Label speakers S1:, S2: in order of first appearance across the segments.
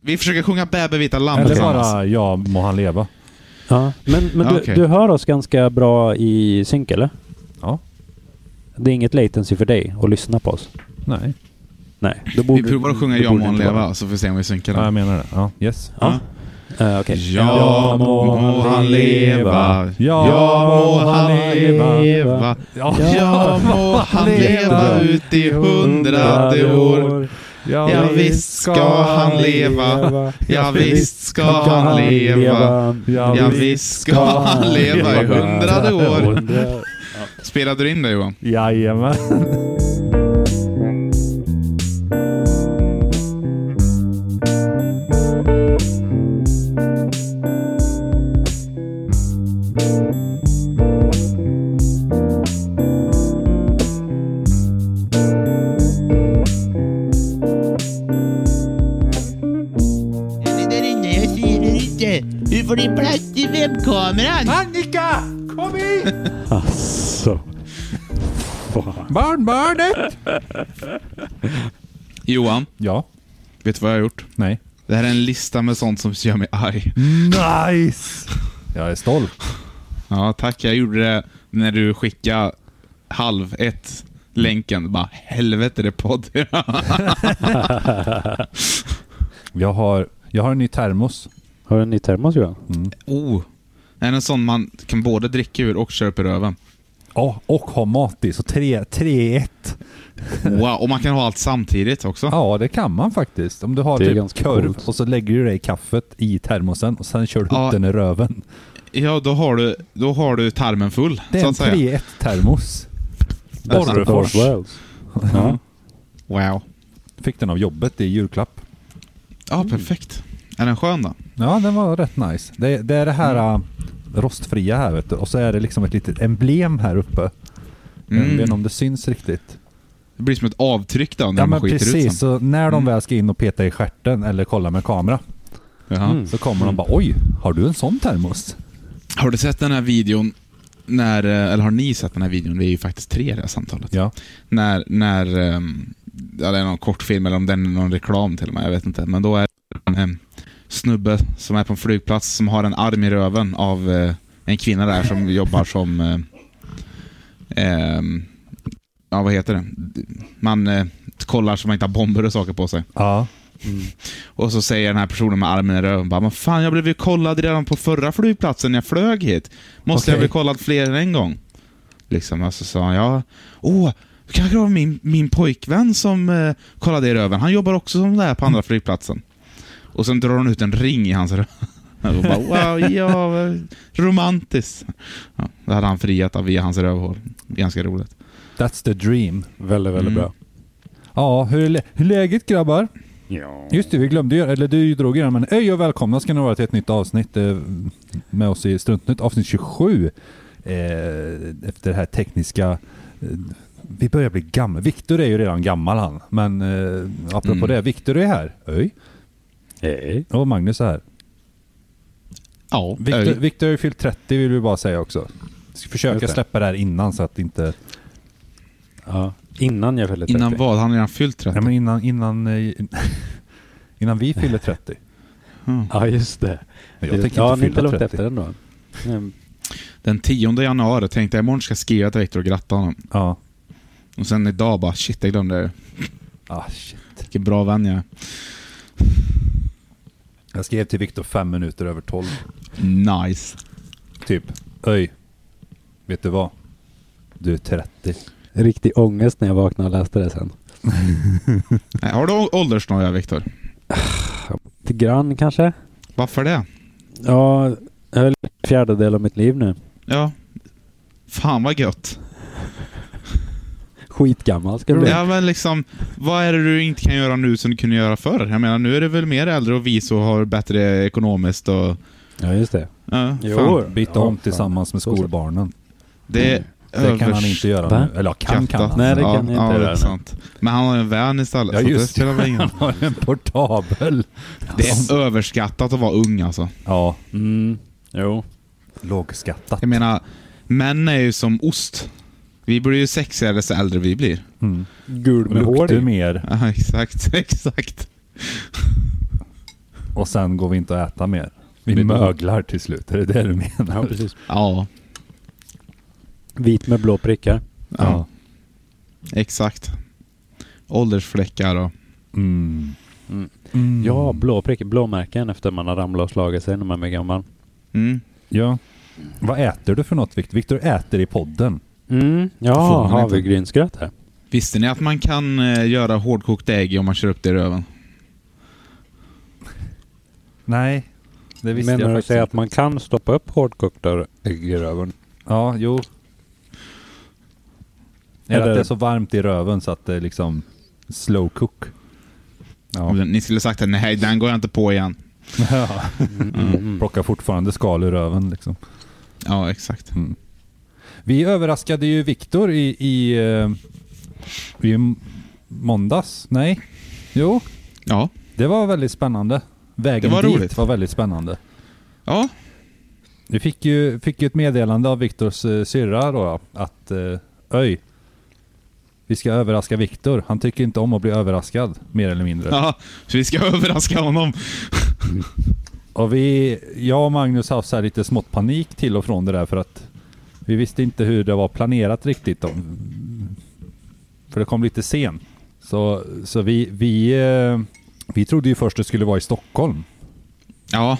S1: Vi försöker sjunga Bä bä vita lamm
S2: Eller
S1: tillsammans.
S2: bara ja, må han leva.
S3: Ja, men men du,
S1: Okej.
S3: du hör oss ganska bra i synk eller?
S2: Ja.
S3: Det är inget latency för dig att lyssna på oss?
S2: Nej.
S3: Nej. Då
S1: Vi
S3: borde,
S1: provar att sjunga
S3: då
S1: Ja
S3: borde
S1: må han
S3: inte vara.
S1: leva, så får vi se om vi synkar
S2: Ja,
S1: den.
S2: jag menar det. Ja, yes.
S3: Ja. Eh, Okej.
S1: Ehm, Ja må han leva.
S2: Ja,
S1: må han leva.
S2: Ja,
S1: Ja må han leva ut i hundrade år. Ja, visst ska han leva. Ja visst ska han leva. Ja visst ska han leva i hundrade år. Spelade du in det Johan?
S2: Jajamän.
S4: Ni där inne, jag ser er inte. Du får din plats i webbkameran.
S2: Annika, kom hit!
S3: Alltså. Fan.
S2: Barnbarnet!
S1: Johan,
S2: Ja.
S1: vet du vad jag har gjort?
S2: Nej.
S1: Det här är en lista med sånt som gör mig arg.
S2: Nice! Jag är stolt.
S1: Ja, tack. Jag gjorde det när du skickade halv ett länken. Bara helvete det är podd.
S2: Jag har, jag har en ny termos.
S3: Har du en ny termos Johan?
S1: oh. Det är en sån man kan både dricka ur och köra upp i röven.
S2: Ja, och har mat i. Så 3-1.
S1: Wow, och man kan ha allt samtidigt också.
S2: Ja, det kan man faktiskt. Om du har
S3: Det är
S2: typ
S3: ganska
S2: korv
S3: coolt.
S2: och så lägger du det i kaffet i termosen och sen kör du upp
S1: Ja.
S2: den i röven.
S1: Ja, då har du, då har du tarmen full,
S2: Det är
S1: så
S2: en
S1: att säga.
S2: 3-1 termos.
S1: Bäst av
S2: Borrefors.
S3: Worlds. Mm. Ja.
S1: Wow.
S2: Fick den av jobbet i julklapp. Mm.
S1: Ja, perfekt. Är den skön då?
S2: Ja, den var rätt nice. Det, det är det här
S1: Mm.
S2: äh, rostfria här vet du. Och så är det liksom ett litet emblem här uppe. Jag
S1: Mm.
S2: vet inte om det syns riktigt.
S1: Det blir som ett avtryck då när
S2: Ja
S1: man
S2: men
S1: skiter ut
S2: precis,
S1: sen.
S2: så när de
S1: Mm.
S2: väl ska in och peta i stjärten eller kolla med kamera
S1: Jaha.
S2: så kommer de bara
S1: Mm.
S2: oj, har du en sån termos?
S1: Har du sett den här videon? När, eh, eller har ni sett den här videon? Vi är ju faktiskt tre i det här samtalet.
S2: Ja.
S1: När, när ehm, ja, det är någon kortfilm eller om den är någon reklam till och med, jag vet inte. Men då är det en em, snubbe som är på en flygplats som har en arm i röven av eh, en kvinna där som jobbar som... eh, ehm, ja, vad heter det? Man eh, kollar så man inte har bomber och saker på sig.
S2: Ja.
S3: Mm.
S1: Och så säger den här personen med armen i röven bara "Men fan, jag blev ju kollad redan på förra flygplatsen när jag flög hit. Måste jag
S2: Okej.
S1: bli kollad fler än en gång?” Liksom, och så sa han ”Ja, åh, det kanske det var min, min pojkvän som eh, kollade i röven. Han jobbar också som det här på
S2: Mm.
S1: andra flygplatsen.” Och sen drar hon ut en ring i hans röv. Och bara ”Wow, ja, vad romantiskt”. Ja, det hade han friat av via hans rövhål. Ganska roligt.
S2: That's the dream.
S3: Väldigt, väldigt
S1: Mm.
S3: bra.
S2: Ja, hur är, lä- hur är läget grabbar?
S3: Ja.
S2: Just det, vi glömde ju, eller du drog ju den, men öj och välkomna ska ni vara till ett nytt avsnitt eh, med oss i Struntnytt, avsnitt 27. Eh, efter det här tekniska, eh, vi börjar bli gamla. Viktor är ju redan gammal han, men eh, apropå
S1: Mm.
S2: det, Viktor är här. Öj.
S3: Hej.
S2: Och Magnus är här.
S1: Ja,
S2: Viktor, Viktor har ju fyllt 30 vill vi bara säga också. Ska försöka
S3: Just det.
S2: släppa det här innan så att inte...
S3: Ja. Innan jag fyllde 30.
S1: innan vad? Han har redan fyllt 30.
S2: Ja, men innan, innan, eh, innan vi fyller 30.
S3: Ja, just det.
S2: Men
S3: Det-
S2: jag tänker
S3: ja, ni
S2: inte
S3: är inte
S2: fylla
S3: långt
S2: 30.
S3: efter ändå. Mm.
S1: Den 10 januari tänkte jag imorgon ska jag skriva till Viktor och gratta honom.
S2: Ja.
S1: Och sen idag bara shit, jag glömde det.
S2: Ah, shit.
S1: Vilken bra vän jag är.
S2: Jag skrev till Viktor fem minuter över tolv.
S1: Nice.
S2: Typ. Öj. Vet du vad? Du är 30.
S3: Riktig ångest när jag vaknade och läste det sen.
S1: Nej, Har du å- åldersnoja Viktor?
S3: Lite grann kanske?
S1: Varför det?
S3: Ja, jag är väl en fjärdedel av mitt liv nu.
S1: Ja. Fan vad gött.
S3: Skitgammal ska jag bli.
S1: Ja men liksom, vad är det du inte kan göra nu som du kunde göra förr? Jag menar, nu är du väl mer äldre och vis och har bättre ekonomiskt och...
S3: Ja, just det.
S1: Ja,
S3: Jo.
S1: fan.
S2: Byta
S3: Ja,
S2: om
S3: fan.
S2: tillsammans med
S3: Så-
S2: skolbarnen.
S1: Det,
S2: Det kan han inte göra
S3: Va?
S2: nu. Eller ja, kan kan han.
S3: Nej, det kan
S1: ja,
S3: jag inte
S1: ja,
S3: göra
S1: det är
S3: nu.
S1: sant. Men han har ju en vän istället,
S2: Ja,
S1: så det
S2: just det.
S1: spelar väl ingen
S2: Han har en portabel.
S1: Det är överskattat att vara ung alltså.
S2: Ja,
S3: Mm. Jo.
S2: lågskattat.
S1: Jag menar, män är ju som ost. Vi blir ju sexigare så äldre vi blir.
S2: Mm.
S3: Gul med hår
S2: Luktar
S3: i.
S2: mer.
S1: Ja, exakt, exakt.
S2: och sen går vi inte att äta mer. Vi
S1: Vi-
S2: möglar till slut, är det det du menar?
S3: Ja, precis.
S1: Ja,
S3: Vit med blå prickar.
S1: ja. exakt. Åldersfläckar och...
S2: Mm.
S3: Mm.
S2: Mm.
S3: Ja, blå prickar. Blåmärken efter man har ramlat och slagit sig när man är gammal.
S1: Mm.
S2: ja. Vad äter du för något Viktor? Viktor äter i podden.
S3: Mm.
S1: Får
S3: Ja,
S1: man inte.
S3: havregrynsgröt här.
S1: Visste ni att man kan eh, göra hårdkokt ägg om man kör upp det i röven?
S2: Nej, det visste
S3: Menar
S2: jag
S3: du att
S2: faktiskt
S3: säga
S2: inte.
S3: att man kan stoppa upp hårdkokta ägg i röven?
S2: Ja, jo. Eller att
S3: Eller-
S2: det är så varmt i röven så att det är liksom slow cook.
S3: Mm.
S2: Ja.
S1: Ni skulle sagt att nej, den går jag inte på igen.
S2: Ja.
S3: Mm.
S2: Plockar fortfarande skal ur röven liksom.
S1: Ja, exakt.
S2: Vi överraskade ju Viktor i, i, eh, i m- måndags. Nej? Jo,
S1: Ja.
S2: det var väldigt spännande. Vägen
S1: Det var
S2: dit
S1: roligt.
S2: var väldigt spännande.
S1: Ja,
S2: Vi fick ju, fick ju ett meddelande av Viktors eh, syrra då att eh, Öj, vi ska överraska Viktor. Han tycker inte om att bli överraskad, mer eller mindre.
S1: ja. Så vi ska överraska honom.
S2: Och vi, jag och Magnus har haft så här lite smått panik till och från det där för att vi visste inte hur det var planerat riktigt. Då. För det kom lite sent. Så, så vi, vi, eh, vi trodde ju först det skulle vara i Stockholm.
S1: Ja.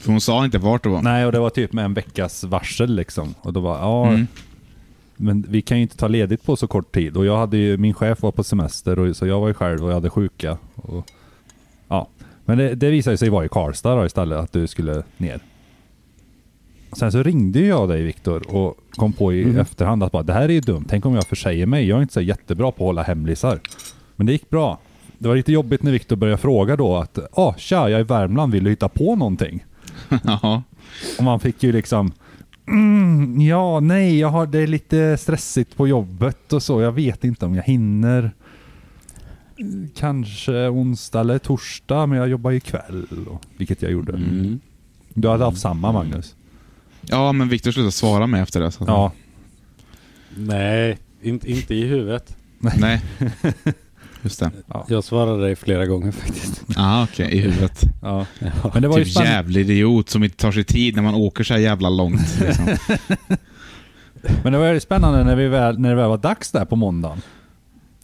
S1: För hon sa inte vart det var.
S2: Nej, och det var typ med en veckas varsel liksom. Och då var ja,
S1: Mm.
S2: men vi kan ju inte ta ledigt på så kort tid. Och jag hade ju, min chef var på semester och så jag var ju själv och jag hade sjuka. Och, ja. Men det, det visade sig vara i Karlstad då istället, att du skulle ner. Sen så ringde ju jag dig Viktor och kom på i efterhand att bara, det här är ju dumt. Tänk om jag försäger mig. Jag är inte så jättebra på att hålla hemlisar. Men det gick bra. Det var lite jobbigt när Viktor började fråga då att ah, tja, jag är i Värmland, vill du hitta på någonting?
S1: Ja.
S2: Och man fick ju liksom mm, Ja, nej, jag har det är lite stressigt på jobbet och så. Jag vet inte om jag hinner. Kanske onsdag eller torsdag, men jag jobbar ju kväll. och- Vilket jag gjorde.
S3: Mm.
S2: Du hade haft samma Magnus?
S1: ja, men Viktor slutade svara mig efter det. Så.
S2: Ja.
S3: Nej, inte, inte i huvudet.
S1: Nej. Just det.
S3: Jag svarade dig flera gånger faktiskt.
S1: Ja, okej. I huvudet.
S2: ja. Men det var ju
S1: typ
S2: spännande.
S1: jävlig idiot som inte tar sig tid när man åker så här jävla långt. Liksom.
S2: Men det var ju spännande när, vi väl, när det väl var dags där på måndagen.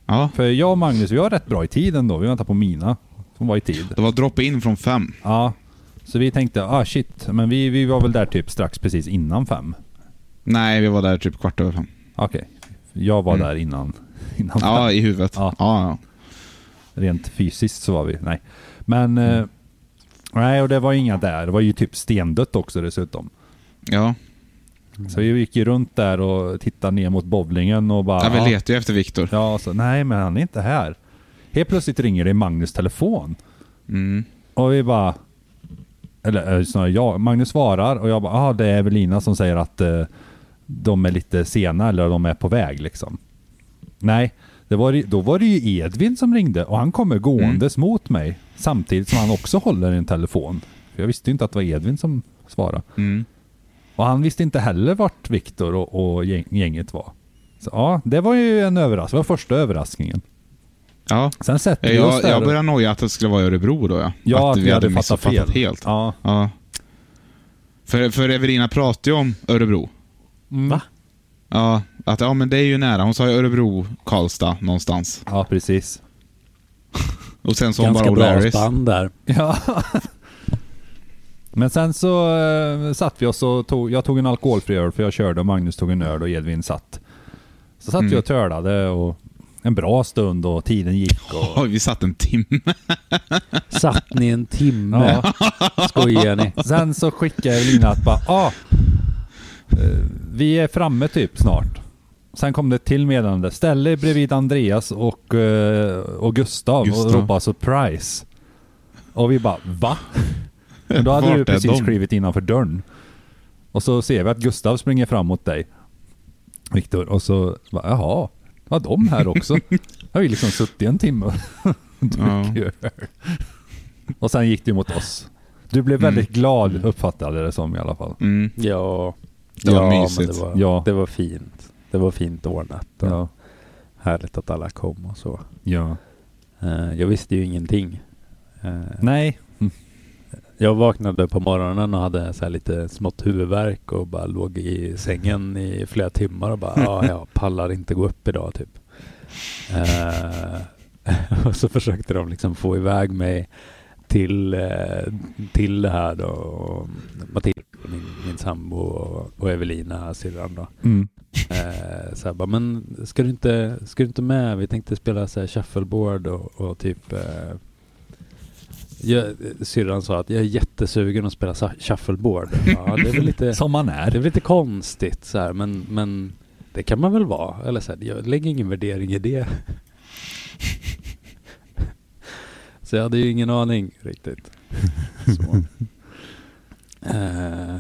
S1: Ja.
S2: För jag och Magnus, vi var rätt bra i tiden då. Vi väntade på Mina, som var i tid.
S1: Det var drop-in från fem.
S2: Ja. Så vi tänkte, ah shit, men vi, vi var väl där typ strax precis innan fem.
S1: Nej, vi var där typ kvart över fem.
S2: Okej. Jag var
S1: Mm.
S2: där innan. innan
S1: Ja, i huvudet.
S2: Ja.
S1: Ja. Ja,
S2: Rent fysiskt så var vi. Nej. Men...
S1: Mm.
S2: Eh, nej, och det var inga där. Det var ju typ stendött också dessutom.
S1: ja. Mm.
S2: Så vi gick ju runt där och tittade ner mot bowlingen och bara...
S1: ja vi letar ju efter Viktor.
S2: ja, och så, nej men han är inte här. Helt plötsligt ringer det i Magnus telefon.
S1: Mm.
S2: Och vi bara... Eller eh, snarare jag. Magnus svarar och jag bara, ah det är Evelina som säger att eh, de är lite sena eller de är på väg liksom. Nej, det var, ju- då var det ju Edvin som ringde och han kommer gåendes
S1: Mm.
S2: mot mig samtidigt som han också håller i en telefon. För jag visste ju inte att det var Edvin som svarade.
S1: Mm.
S2: Och han visste inte heller vart Viktor och, och gäng, gänget var. Så ja, det var ju en överraskning. Det var första överraskningen.
S1: Ja.
S2: Sen sätter vi oss
S1: Jag,
S2: där.
S1: jag började noja att det skulle vara i Örebro då ja.
S2: ja, att vi hade fattat fel.
S1: missuppfattat helt. Ja.
S2: Ja.
S1: För, för Evelina pratade ju om Örebro.
S2: Mm.
S3: Va?
S1: Ja, att ja men det är ju nära. Hon sa ju Örebro, Karlstad någonstans.
S2: ja, precis.
S1: Och sen sa hon bara
S3: Ganska bra
S1: O'Larrys.
S3: spann där.
S2: Ja. Men sen så eh, satt vi oss och tog, jag tog en alkoholfri öl för jag körde och Magnus tog en öl och Edvin satt. Så satt
S1: Mm.
S2: vi och törlade och en bra stund och tiden gick. Och,
S1: Ja, vi satt en timme.
S3: Satt ni en timme?
S2: ja.
S3: Skojar ni?
S2: Sen så skickade Evelina att bara, ah, eh, vi är framme typ snart. Sen kom det ett till meddelande. Ställ er bredvid Andreas och, eh, och Gustav,
S1: Gustav.
S2: och ropa surprise. Och vi bara, va? Men då hade
S1: Vart
S2: du
S1: är
S2: precis
S1: de?
S2: skrivit innanför dörren. Och så ser vi att Gustav springer fram mot dig, Viktor. Och så, bara, jaha, var de här också? Jag har ju liksom suttit en timme och
S1: Ja.
S2: druckit öl. Och sen gick du mot oss. Du blev
S3: Mm.
S2: väldigt glad, uppfattade jag det som i alla fall.
S1: Mm.
S3: Ja,
S1: Det var
S3: ja,
S1: mysigt.
S3: Men det, var,
S2: Ja.
S3: det var fint. Det var fint ordnat. och
S2: Ja.
S3: Härligt att alla kom och så.
S2: ja.
S3: Eh, jag visste ju ingenting. Eh,
S2: Nej,
S3: Jag vaknade på morgonen och hade så här lite smått huvudvärk och bara låg i sängen i flera timmar och bara ja, jag pallar inte gå upp idag typ. Eh, och så försökte de liksom få iväg mig till, eh, till det här då. Och Matilda, min, min sambo och, och Evelina, syrran då.
S2: Mm.
S3: Eh, så här, bara, men ska du, inte, ska du inte med? Vi tänkte spela så här, shuffleboard och, och typ... Eh, jag, syrran sa att jag är jättesugen att spela sa- shuffleboard. Ja, det är väl lite,
S2: Som man
S3: det är
S2: är.
S3: väl lite konstigt så här, men, men det kan man väl vara. Eller så här, jag lägger ingen värdering i det. så jag hade ju ingen aning riktigt. Så. Eh,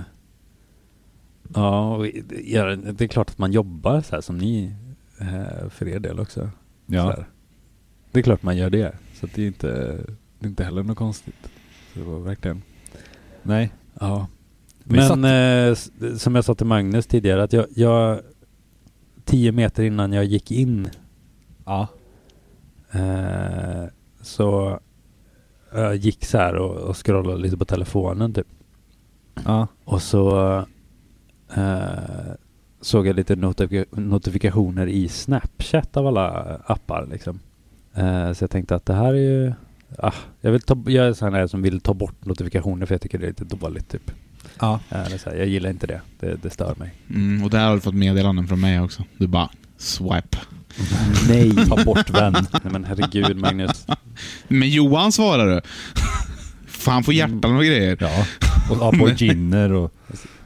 S3: ja, och i- ja, det är klart att man jobbar så här som ni eh, för er del också. Så
S2: Ja.
S3: här. Det är klart man gör det. Så att det, är inte, det är inte heller något konstigt. Så det var verkligen...
S2: Nej.
S3: Ja.
S2: Vi
S3: Men
S2: satt-
S3: eh, s- som jag sa till Magnus tidigare, att jag, jag tio meter innan jag gick in
S2: Ja.
S3: eh, så jag gick så här och, och scrollade lite på telefonen typ.
S2: Ja.
S3: Och så eh, såg jag lite notifika- notifikationer i Snapchat av alla appar liksom. Eh, så jag tänkte att det här är ju... Ah, jag, vill ta, jag är sån här som vill ta bort notifikationer för jag tycker det är lite dåligt typ.
S2: Ja.
S3: Eh, det är så här, jag gillar inte det. Det, det stör mig.
S1: Mm, och där har du fått meddelanden från mig också. Du bara swipe.
S3: Nej, ta bort vän. Nej men herregud Magnus.
S1: Men Johan svarar du. Fan, han får hjärtan och grejer.
S2: ja. Och aboriginer och...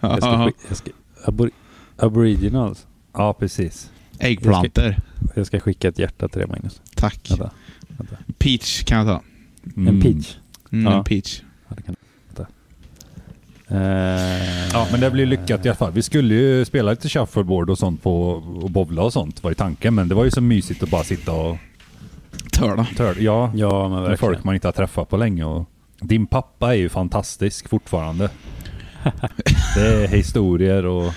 S3: Jag Mm. ska, sk- jag ska, abor, aboriginals.
S2: Ja, precis.
S1: Äggplanter.
S3: Jag ska skicka ett hjärta till dig Magnus.
S1: Tack.
S3: Vänta.
S1: Peach kan jag ta.
S3: En peach.
S1: Mm,
S3: Ja.
S1: En peach.
S3: Ja, det kan det. Eh,
S2: Ja, men det blir lyckat i alla fall. Vi skulle ju spela lite shuffleboard och sånt på och bowla och sånt var ju tanken. Men det var ju så mysigt att bara sitta och
S1: Törda.
S2: tör, ja,
S3: Ja, men
S2: med folk
S3: verkligen.
S2: man inte har träffat på länge. Och din pappa är ju fantastisk fortfarande. det är historier och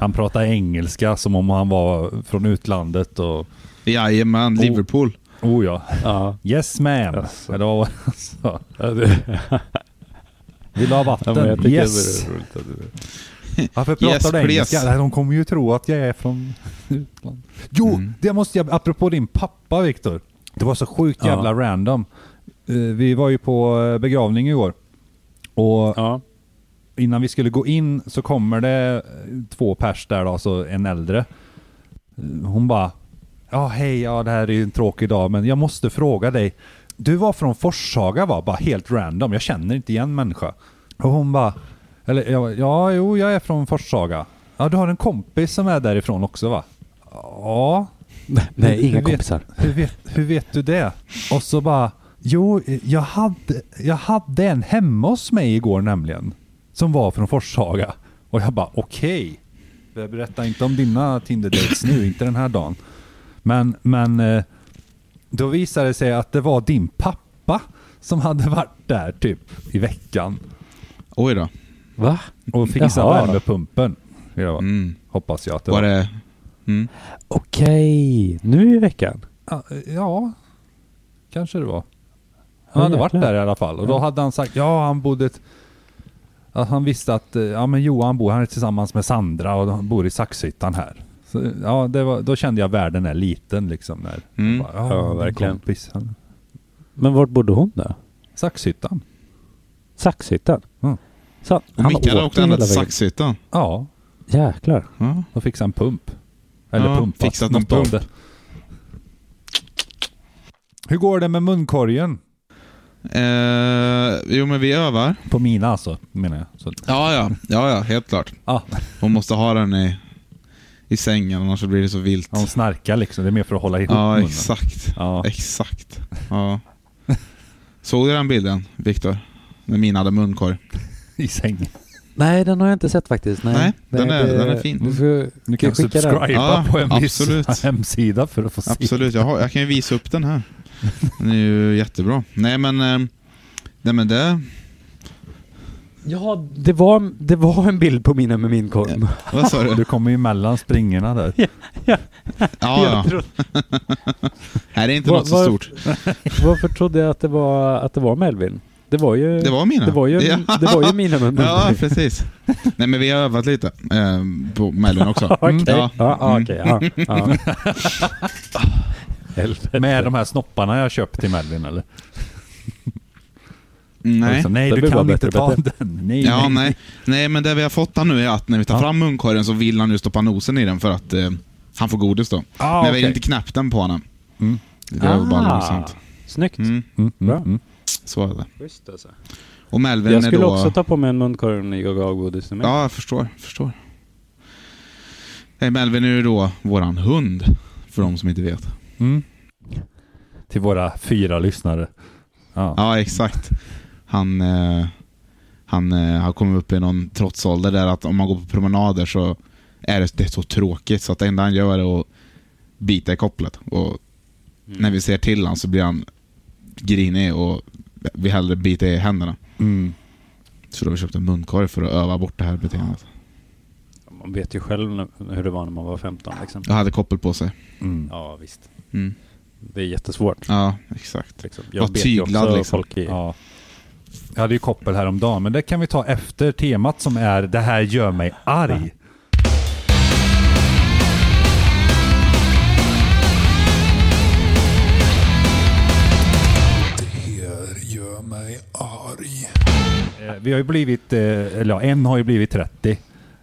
S2: han pratar engelska som om han var från utlandet och
S1: Jajamän,
S2: Oh.
S1: Liverpool.
S2: oh ja,
S3: Ja.
S2: yes ma'am.
S3: Jaså.
S2: Eller vad var det han sa?
S3: Ja, det-
S2: Vill du ha
S3: ja, men jag
S2: vatten?
S3: tycker
S2: yes!
S3: det är roligt att du...
S2: Varför pratar
S1: Yes,
S2: du engelska?
S1: please.
S2: Nej, de kommer ju tro att jag är från utlandet. Jo,
S1: Mm.
S2: det måste jag, apropå din pappa Viktor. Det var så sjukt
S3: Ja.
S2: jävla random. Eh, Vi var ju på eh, begravning igår. Och
S3: Ja.
S2: innan vi skulle gå in så kommer det eh, två pers där då, alltså en äldre. Eh, Hon bara, ja hej, ja det här är ju en tråkig dag men jag måste fråga dig. Du var från Forshaga va? Bara helt random, jag känner inte igen människa. Och hon bara, eller jag bara, ja jo jag är från Forshaga. Ja du har en kompis som är därifrån också va? Ja,
S3: Nej, inga
S2: Hur vet-
S3: kompisar.
S2: hur vet, hur vet du det? Och så bara, jo, jag hade, jag hade en hemma hos mig igår nämligen. Som var från Forshaga. Och jag bara, okej. Okay. Berätta inte om dina Tinder-dates nu, inte den här dagen. Men, men eh, då visade det sig att det var din pappa som hade varit där typ i veckan.
S1: Oj då.
S3: Va?
S2: Och fixat
S3: Jaha.
S2: värmepumpen. Ja,
S1: Mm.
S2: Hoppas jag att det
S1: Var
S2: var.
S1: det... Mm.
S3: Okej, nu i veckan?
S2: Ja, eh, Ja, kanske det var. Han hade varit där i alla fall och då hade han sagt, ja han bodde ett, att han visste att eh, ja, men Johan bor, han är tillsammans med Sandra och de bor i Saxhyttan här. Så, ja, det var, då kände jag världen är liten liksom. När,
S1: Mm.
S2: bara, ja,
S3: Ja,
S2: min
S3: verkligen.
S2: Kompis, han,
S3: Men vart bodde hon då?
S2: Saxhyttan?
S3: Saxhyttan?
S2: Mm.
S3: Så,
S1: Och Mikael
S3: åkte
S1: åkte
S3: hela
S1: ända till
S3: vägen.
S1: Saxhyttan.
S2: Ja,
S3: Jäklar.
S1: Ja.
S2: då fixade han pump. Eller
S1: Ja,
S2: pumpat.
S1: fixat
S2: något
S1: någon
S2: av
S1: pump.
S2: det. Hur går det med munkorgen?
S1: Eh, jo, men vi övar.
S2: På mina alltså, menar jag. Så,
S1: Ja, ja. ja, ja helt klart.
S2: ah,
S1: Hon måste ha den i, i sängen, annars så blir det så vilt.
S2: de snarkar liksom, det är mer för att hålla ihop
S1: Ja,
S2: munnen.
S1: exakt.
S2: Ja.
S1: Exakt. Ja. Såg du den bilden, Viktor? När min hade munkorg.
S2: I sängen.
S3: Nej, den har jag inte sett faktiskt. Nej,
S1: Nej, den är- den är fin.
S3: Du får,
S2: Du
S3: kan
S2: kan
S3: skicka den.
S2: subscriba
S1: Ja,
S2: på en viss
S1: absolut.
S2: hemsida för att få se.
S1: Absolut, jag, har, jag kan ju visa upp den här. Den är ju jättebra. Nej men, eh, nej men det...
S3: Ja, det var, det var en bild på mina med min korv.
S1: Vad sa du?
S2: Du kommer ju mellan springorna där.
S1: Ah, Ja, ja.
S3: Jag trodde,
S1: Nej, det är inte
S3: Var-
S1: något så
S3: var-
S1: stort.
S3: varför trodde jag att det var, att det var Melvin? Det var ju...
S1: Det var mina.
S3: Det var ju,
S1: Ja.
S3: det var ju mina med min.
S1: Ja, precis. Nej, men vi har övat lite eh, på Mellon också.
S3: Okej.
S1: Mm. Ja. Mm.
S3: Ja, ja, okej. Ja, ja. Helvete.
S2: Med de här snopparna jag köpt till Melvin eller?
S1: Nej.
S2: Liksom, nej
S3: Det
S2: du
S3: blir
S2: kan
S3: bara
S2: inte
S3: bättre
S2: ta
S3: och
S2: den. Nej,
S1: Ja, nej. nej, men det vi har fått han nu är att när vi tar
S2: Ja.
S1: fram munkorgen så vill han ju stoppa nosen i den för att eh, han får godis då. men
S2: Ah,
S1: vi har
S2: okej.
S1: inte knäppt den på honom.
S2: Mm.
S1: Det var
S3: Ah.
S1: bara långsamt.
S3: Snyggt.
S1: Mm,
S2: Mm, mm,
S3: Bra.
S2: mm.
S1: så är det.
S3: Schysst alltså.
S1: Och Melvin
S3: Jag
S1: är
S3: skulle
S1: då...
S3: också ta på mig en munkorg när jag gav godis till mig.
S1: Ja, jag förstår. förstår. Eh, Melvin är ju då våran hund, för de som inte vet.
S2: Mm. Till våra fyra lyssnare. Ja.
S1: Ja, exakt. Han, eh, han eh, har kommit upp i någon trotsålder där att om man går på promenader så är det, det är så tråkigt så att det enda han gör är att bita i kopplet. Och
S3: Mm.
S1: när vi ser till honom så blir han grinig och vill hellre bita i händerna.
S2: Mm.
S1: Så då har vi köpt en munkorg för att öva bort det här beteendet.
S3: Man vet ju själv när- hur det var när man var 15 liksom.
S1: Jag hade koppel på sig.
S2: Mm.
S3: Ja, visst.
S1: Mm.
S3: Det är jättesvårt.
S1: Ja, exakt.
S3: Liksom.
S1: Var
S3: Jag bet ju
S1: tyglad,
S3: också
S1: liksom.
S3: folk i...
S2: Ja. Jag hade ju koppel häromdagen, men det kan vi ta efter temat som är Det här gör mig arg. Eh, Vi har ju blivit, eh, eller ja, en har ju blivit 30.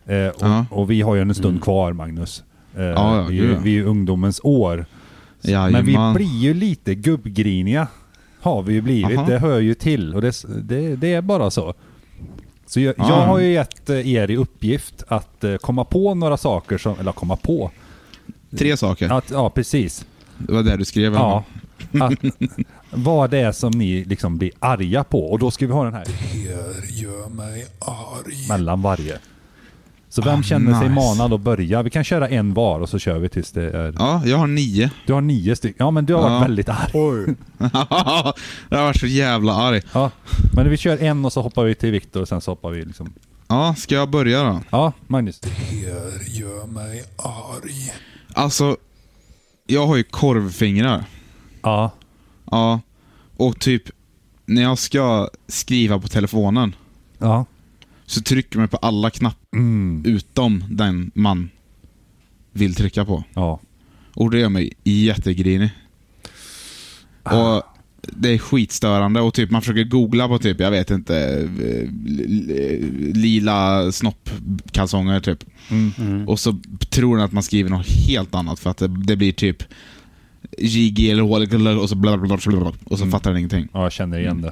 S2: eh, Och,
S1: Ja.
S2: och vi har ju en stund kvar Magnus. Eh,
S1: ja,
S2: vi, är ju-
S1: gud, ja.
S2: vi är ju ungdomens år. Så- Men vi
S1: Jajamän.
S2: blir ju lite gubbgriniga. Har vi ju blivit.
S1: Aha.
S2: Det hör ju till. Och det, s- det, det är bara så. Så jag,
S1: Ja.
S2: jag har ju gett eh, er i uppgift att eh, komma på några saker som, eller komma på.
S1: Tre saker.
S2: Att, ja, precis.
S1: Det var det du skrev.
S2: Ja. Att, vad det är som ni liksom blir arga på. Och då ska vi ha den här
S5: gör mig arg.
S2: mellan varje. Så vem
S1: Ah,
S2: känner sig
S1: nice.
S2: manad att börja? Vi kan köra en var och så kör vi tills det är...
S1: Ja, jag har nio.
S2: Du har nio stycken. Ja, men du har
S1: Ja.
S2: varit väldigt arg.
S1: jag har varit så jävla arg.
S2: Ja, men vi kör en och så hoppar vi till Viktor och sen så hoppar vi liksom...
S1: Ja, ska jag börja då?
S2: Ja, Magnus.
S5: Er gör mig arg.
S1: Alltså, jag har ju korvfingrar.
S2: Ja.
S1: Ja. Och typ, när jag ska skriva på telefonen
S2: Ja.
S1: så trycker man på alla knappar
S2: Mm.
S1: utom den man vill trycka på.
S2: Ja.
S1: Och det gör mig jättegrinig.
S2: Ah.
S1: Och det är skitstörande och typ man försöker googla på typ, jag vet inte, eh, l- l- lila snoppkalsonger typ.
S2: Mm.
S3: Mm.
S1: Och så tror den att man skriver något helt annat för att det, det blir typ JG eller HL och så bla bla bla bla bla och så
S2: Mm.
S1: fattar den ingenting.
S2: Ja, jag känner igen det.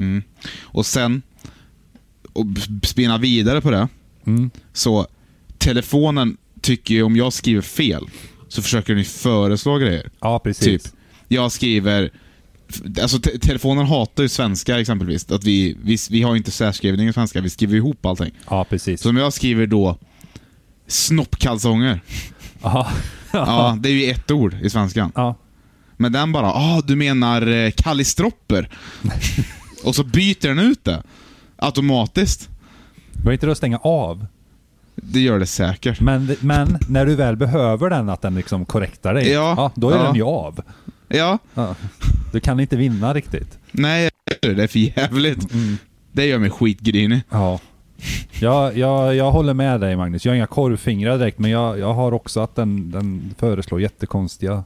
S1: Mm. Och sen, och b- spinna vidare på det,
S2: Mm.
S1: så telefonen tycker ju om jag skriver fel så försöker den ju föreslå grejer.
S2: Ja, precis.
S1: Typ. Jag skriver... Alltså te telefonen hatar ju svenska exempelvis. Att vi, vi, vi har ju inte särskrivning i svenska, vi skriver ihop allting.
S2: Ja, precis.
S1: Så om jag skriver då snoppkalsonger.
S2: Ja.
S1: Ja, det är ju ett ord i svenskan.
S2: Ja.
S1: Men den bara, ah du menar eh, kallistropper? Och så byter den ut det. Automatiskt.
S2: Var inte det att stänga av?
S1: Det gör det säkert.
S2: Men, men när du väl behöver den, att den liksom korrektar dig,
S1: Ja.
S2: då är
S1: Ja.
S2: den ju av.
S1: Ja,
S2: Ja. Du kan inte vinna riktigt.
S1: nej, det är för jävligt.
S2: Mm.
S1: Det gör mig skitgrinig.
S2: Ja. Jag, jag, jag håller med dig Magnus. Jag har inga korvfingrar direkt, men jag, jag har också att den, den föreslår jättekonstiga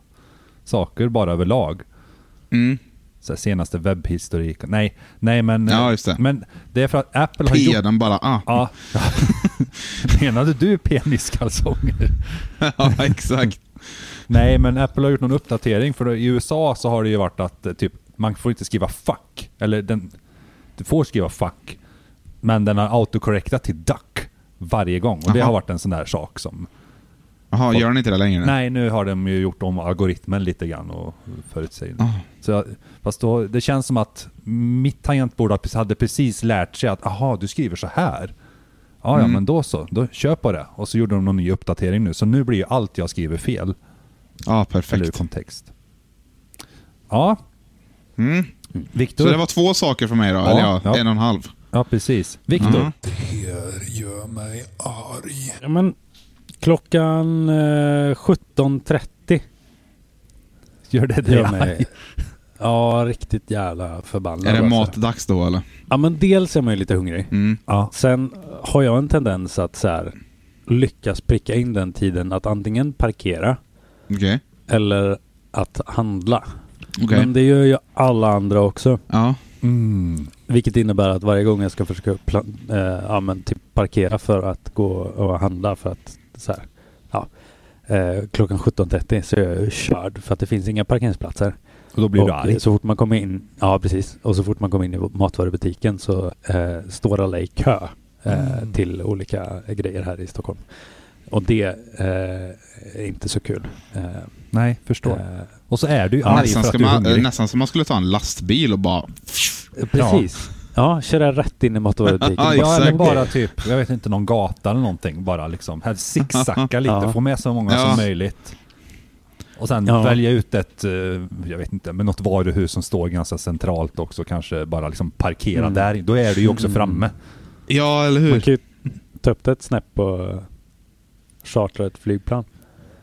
S2: saker bara överlag.
S1: Mm.
S2: Så här, senaste webbhistorik. Nej, nej men...
S1: Ja, just det.
S2: Men det är för att Apple har gjort...
S1: Peden bara, ah.
S2: Ja. Menade du peniskalsonger?
S1: ja, exakt.
S2: Nej, men Apple har gjort någon uppdatering för i USA så har det ju varit att eh, typ, man får inte skriva fuck. Eller den, du får skriva fuck, men den har autocorrectat till duck varje gång. Och det
S1: Aha.
S2: har varit en sån där sak som...
S1: Jaha, gör den inte det längre?
S2: Nej, nu har de ju gjort om algoritmen lite grann och förutsäger.
S1: Ah.
S2: Så jag, fast då, det känns som att mitt tangentbord har precis- hade precis lärt sig att aha, du skriver så här. Ja, ja,
S1: Mm.
S2: men då så. Då kör på det. Och så gjorde de någon ny uppdatering nu. Så nu blir ju allt jag skriver fel.
S1: Ja,
S2: Eller ur
S1: perfekt.
S2: kontext. Ja,
S1: Mm. Så
S2: Viktor.
S1: Mm. det var två saker för mig då?
S2: Ja,
S1: eller ja,
S2: ja.
S1: en och en halv.
S2: Ja, precis. Viktor.
S1: Mm.
S5: Det här gör mig arg.
S3: Ja, men klockan eh, 17.30
S2: Gör det det
S3: gör
S2: gör
S3: mig... Ja, riktigt jävla förbannad.
S1: Är det
S3: alltså.
S1: matdags då eller?
S3: Ja, men dels är man ju lite hungrig.
S1: Mm.
S2: Ja.
S3: Sen har jag en tendens att så här, lyckas pricka in den tiden att antingen parkera
S1: Okej.
S3: eller att handla.
S1: Okej.
S3: Men det gör ju alla andra också.
S1: Ja.
S2: Mm.
S3: Vilket innebär att varje gång jag ska försöka plan- eh, ja, men typ parkera för att gå och handla för att så här, ja, eh, klockan 17.30 så är jag ju körd för att det finns inga parkeringsplatser.
S2: Och då blir
S3: och
S2: du arg.
S3: eh, så fort man kommer in, ja precis, och så fort man kommer in i matvarubutiken så eh, står alla i kö eh,
S2: Mm.
S3: till olika grejer här i Stockholm. Och det eh, är inte så kul. Eh,
S2: Nej, förstår.
S3: eh,
S2: Och så är du ju arg
S1: Nästan,
S2: för att
S1: ska
S2: du är
S1: man,
S2: hungrig.
S1: nästan som man skulle ta en lastbil och bara...
S3: precis. Ja, köra rätt in i matvarubutiken.
S1: Ja,
S2: Ja, eller
S1: exakt.
S2: bara typ, jag vet inte, någon gata eller någonting. Bara liksom, här zigzacka lite,
S3: Ja.
S2: få med så många
S1: Ja.
S2: som möjligt. Och sen
S3: Ja.
S2: välja ut ett, eh, jag vet inte, men något varuhus som står ganska centralt också. Kanske bara liksom parkera
S3: Mm.
S2: där. Då är du ju också
S3: Mm.
S2: framme.
S1: Ja, eller
S3: Man
S1: hur?
S3: kan ju ta upp det ett snäpp och chartra ett flygplan.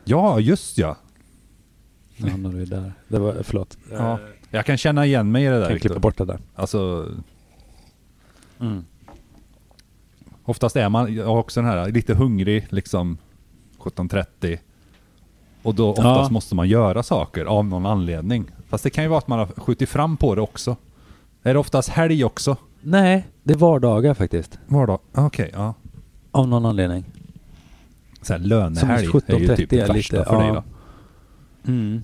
S2: Ja, just ja.
S3: Ja, när du är där. Det var, förlåt.
S2: ja. Jag kan känna igen mig i det där.
S3: kan klippa
S2: Viktor.
S3: bort Mm. det där.
S2: Alltså, oftast är man jag har också den här, lite hungrig, liksom 17.30. Och då oftast
S3: Ja.
S2: måste man göra saker av någon anledning. Fast det kan ju vara att man har skjutit fram på det också. Är det oftast helg också?
S3: Nej, det är vardagar faktiskt.
S2: Vardag? Okej, ja.
S3: Av någon anledning.
S2: Så här
S3: Som
S2: lönehelg är
S3: 17.30
S2: ju typ det
S3: är lite-
S2: värsta för dig
S3: ja.
S2: då.
S3: Mm.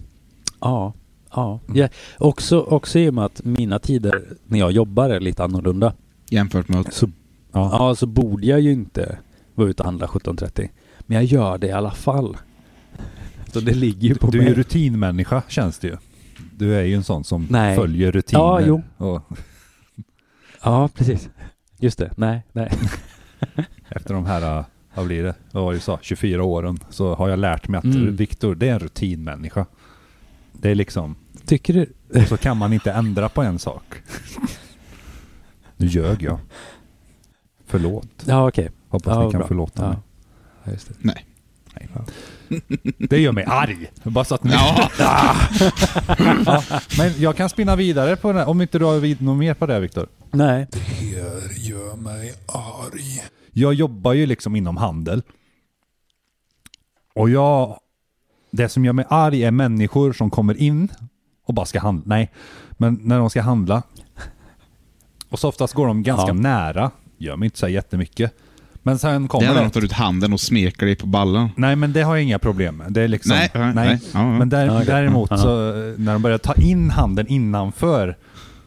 S3: Ja. Ja.
S2: Mm.
S3: ja. Också, också i och med att mina tider när jag jobbar är lite annorlunda.
S1: Jämfört med...
S3: Så, ja.
S2: Ja.
S3: så borde jag ju inte vara ute och handla 17.30. Men jag gör det i alla fall. Så det ligger ju på
S2: Du är
S3: mig.
S2: ju rutinmänniska känns det ju. Du är ju en sån som
S3: Nej.
S2: följer rutiner.
S3: Ja, jo.
S2: Och
S3: Ja, precis. Just det. Nej, nej.
S2: efter de här, äh, vad blir det, vad var det du sa, 24 åren så har jag lärt mig att
S3: Mm.
S2: Viktor, det är en rutinmänniska. Det är liksom,
S3: Tycker du?
S2: Och så kan man inte ändra på en sak. Nu ljög jag. Förlåt.
S3: Ja, okej.
S2: Hoppas
S3: Ja,
S2: ni kan
S3: bra.
S2: förlåta
S3: Ja.
S2: mig.
S3: Ja, just det.
S2: Det gör mig arg. Bara så att ni...
S1: Ja!
S2: Ja, Men jag kan spinna vidare på den här, om inte du har vid- något mer på det Viktor.
S3: Nej.
S5: Det här gör mig arg.
S2: Jag jobbar ju liksom inom handel. Och jag... Det som gör mig arg är människor som kommer in och bara ska handla. Nej, men när de ska handla. Och så oftast går de ganska
S3: Ja.
S2: nära. Gör mig inte så här jättemycket. Men sen
S1: Det
S2: kommer
S1: är när
S2: de
S1: de tar ut handen och smeker dig på ballen.
S2: Nej, men det har jag inga problem med. Det är liksom,
S1: Nej, nej, nej. Ja, ja.
S2: Men där,
S3: Ja, okej.
S2: däremot
S3: Ja.
S2: så eh, när de börjar ta in handen innanför,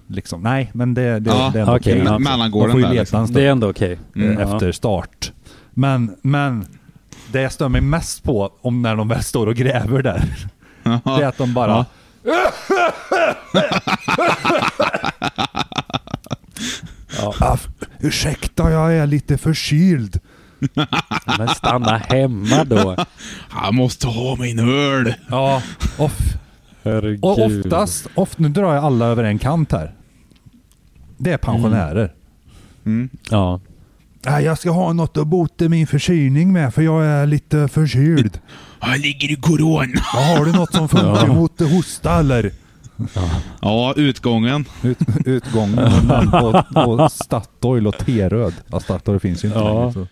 S2: liksom, nej, men det, det,
S1: Ja,
S2: det är ändå
S3: okej.
S2: okej.
S3: Men-
S1: mellangården
S2: de får ju
S1: där,
S2: leta
S1: liksom.
S2: en
S3: Det är
S2: stund
S3: ändå okej.
S2: eh, efter start. Men, men det jag stör mig mest på om när de väl står och gräver där, det är att de bara...
S3: Ja.
S2: Ah, f- ursäkta, jag är lite förkyld.
S3: Ja. Men stanna hemma då.
S1: Jag måste ha min öl!
S2: Ja, off.
S3: Herregud.
S2: Och oftast, oft, nu drar jag alla över en kant här. Det är pensionärer.
S3: Ja.
S2: Mm. Nej, jag ska ha något att bota min förkylning med för jag är lite förkyld.
S1: Jag ligger i corona!
S2: Ja, Har du något som funkar
S3: Ja.
S2: mot hosta eller?
S1: Ja, utgången.
S2: Ut, utgången och, och Statoil och T-röd. Ja, Statoil finns ju inte
S3: Ja.
S2: längre. Så.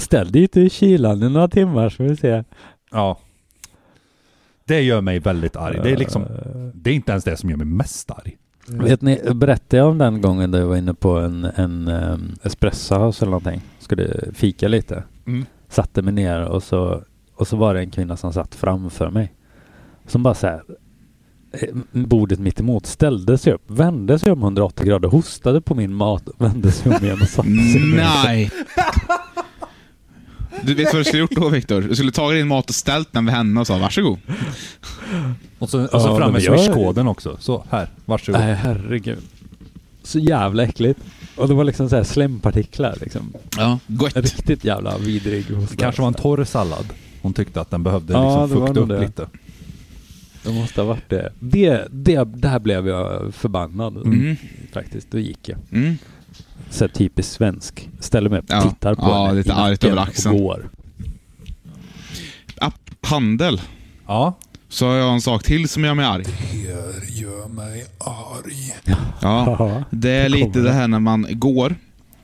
S3: Ställ dig ute i kylan i några timmar så får vi se.
S2: Ja. Det gör mig väldigt arg. Det är liksom,
S3: Eh.
S2: det är inte ens det som gör mig mest arg.
S3: Vet ni, berättade jag om den gången då jag var inne på en, en um, espressohouse eller någonting. Skulle fika lite.
S2: Mm.
S3: Satte mig ner och så, och så var det en kvinna som satt framför mig. Som bara så här. eh, Bordet mitt emot ställde sig upp, vände sig om 180 grader, hostade på min mat, vände sig om igen och satte sig ner.
S1: Nej! Du vet vad du skulle gjort då Viktor? Du skulle tagit din mat och ställt den vid henne och sa varsågod.
S2: Och så,
S3: Ja,
S2: och så fram med
S3: men jag-
S2: swishkoden också. Så här, varsågod.
S3: Nej, herregud. Så jävla äckligt. Och det var liksom så här slempartiklar liksom.
S1: Ja, gott.
S3: Riktigt jävla vidrig hosta.
S2: Det kanske var en torr sallad. Hon tyckte att den behövde
S3: Ja,
S2: liksom
S3: det var
S2: fukta
S3: nog
S2: upp
S3: det.
S2: lite.
S3: Det måste ha varit det. Det, det. Där blev jag förbannad
S1: Mm.
S3: faktiskt. Då gick jag.
S1: Mm.
S3: så här typiskt svensk. Ställer mig upp,
S1: Ja.
S3: tittar på
S1: Ja,
S3: henne
S1: lite
S3: i nacken
S1: argt över axeln.
S3: och går.
S1: Handel.
S2: Ja.
S1: Så har jag en sak till som gör mig arg.
S5: Här gör mig arg.
S1: Ja.
S3: Ja.
S1: Det är
S3: kommer
S1: lite det
S3: det.
S1: här när man går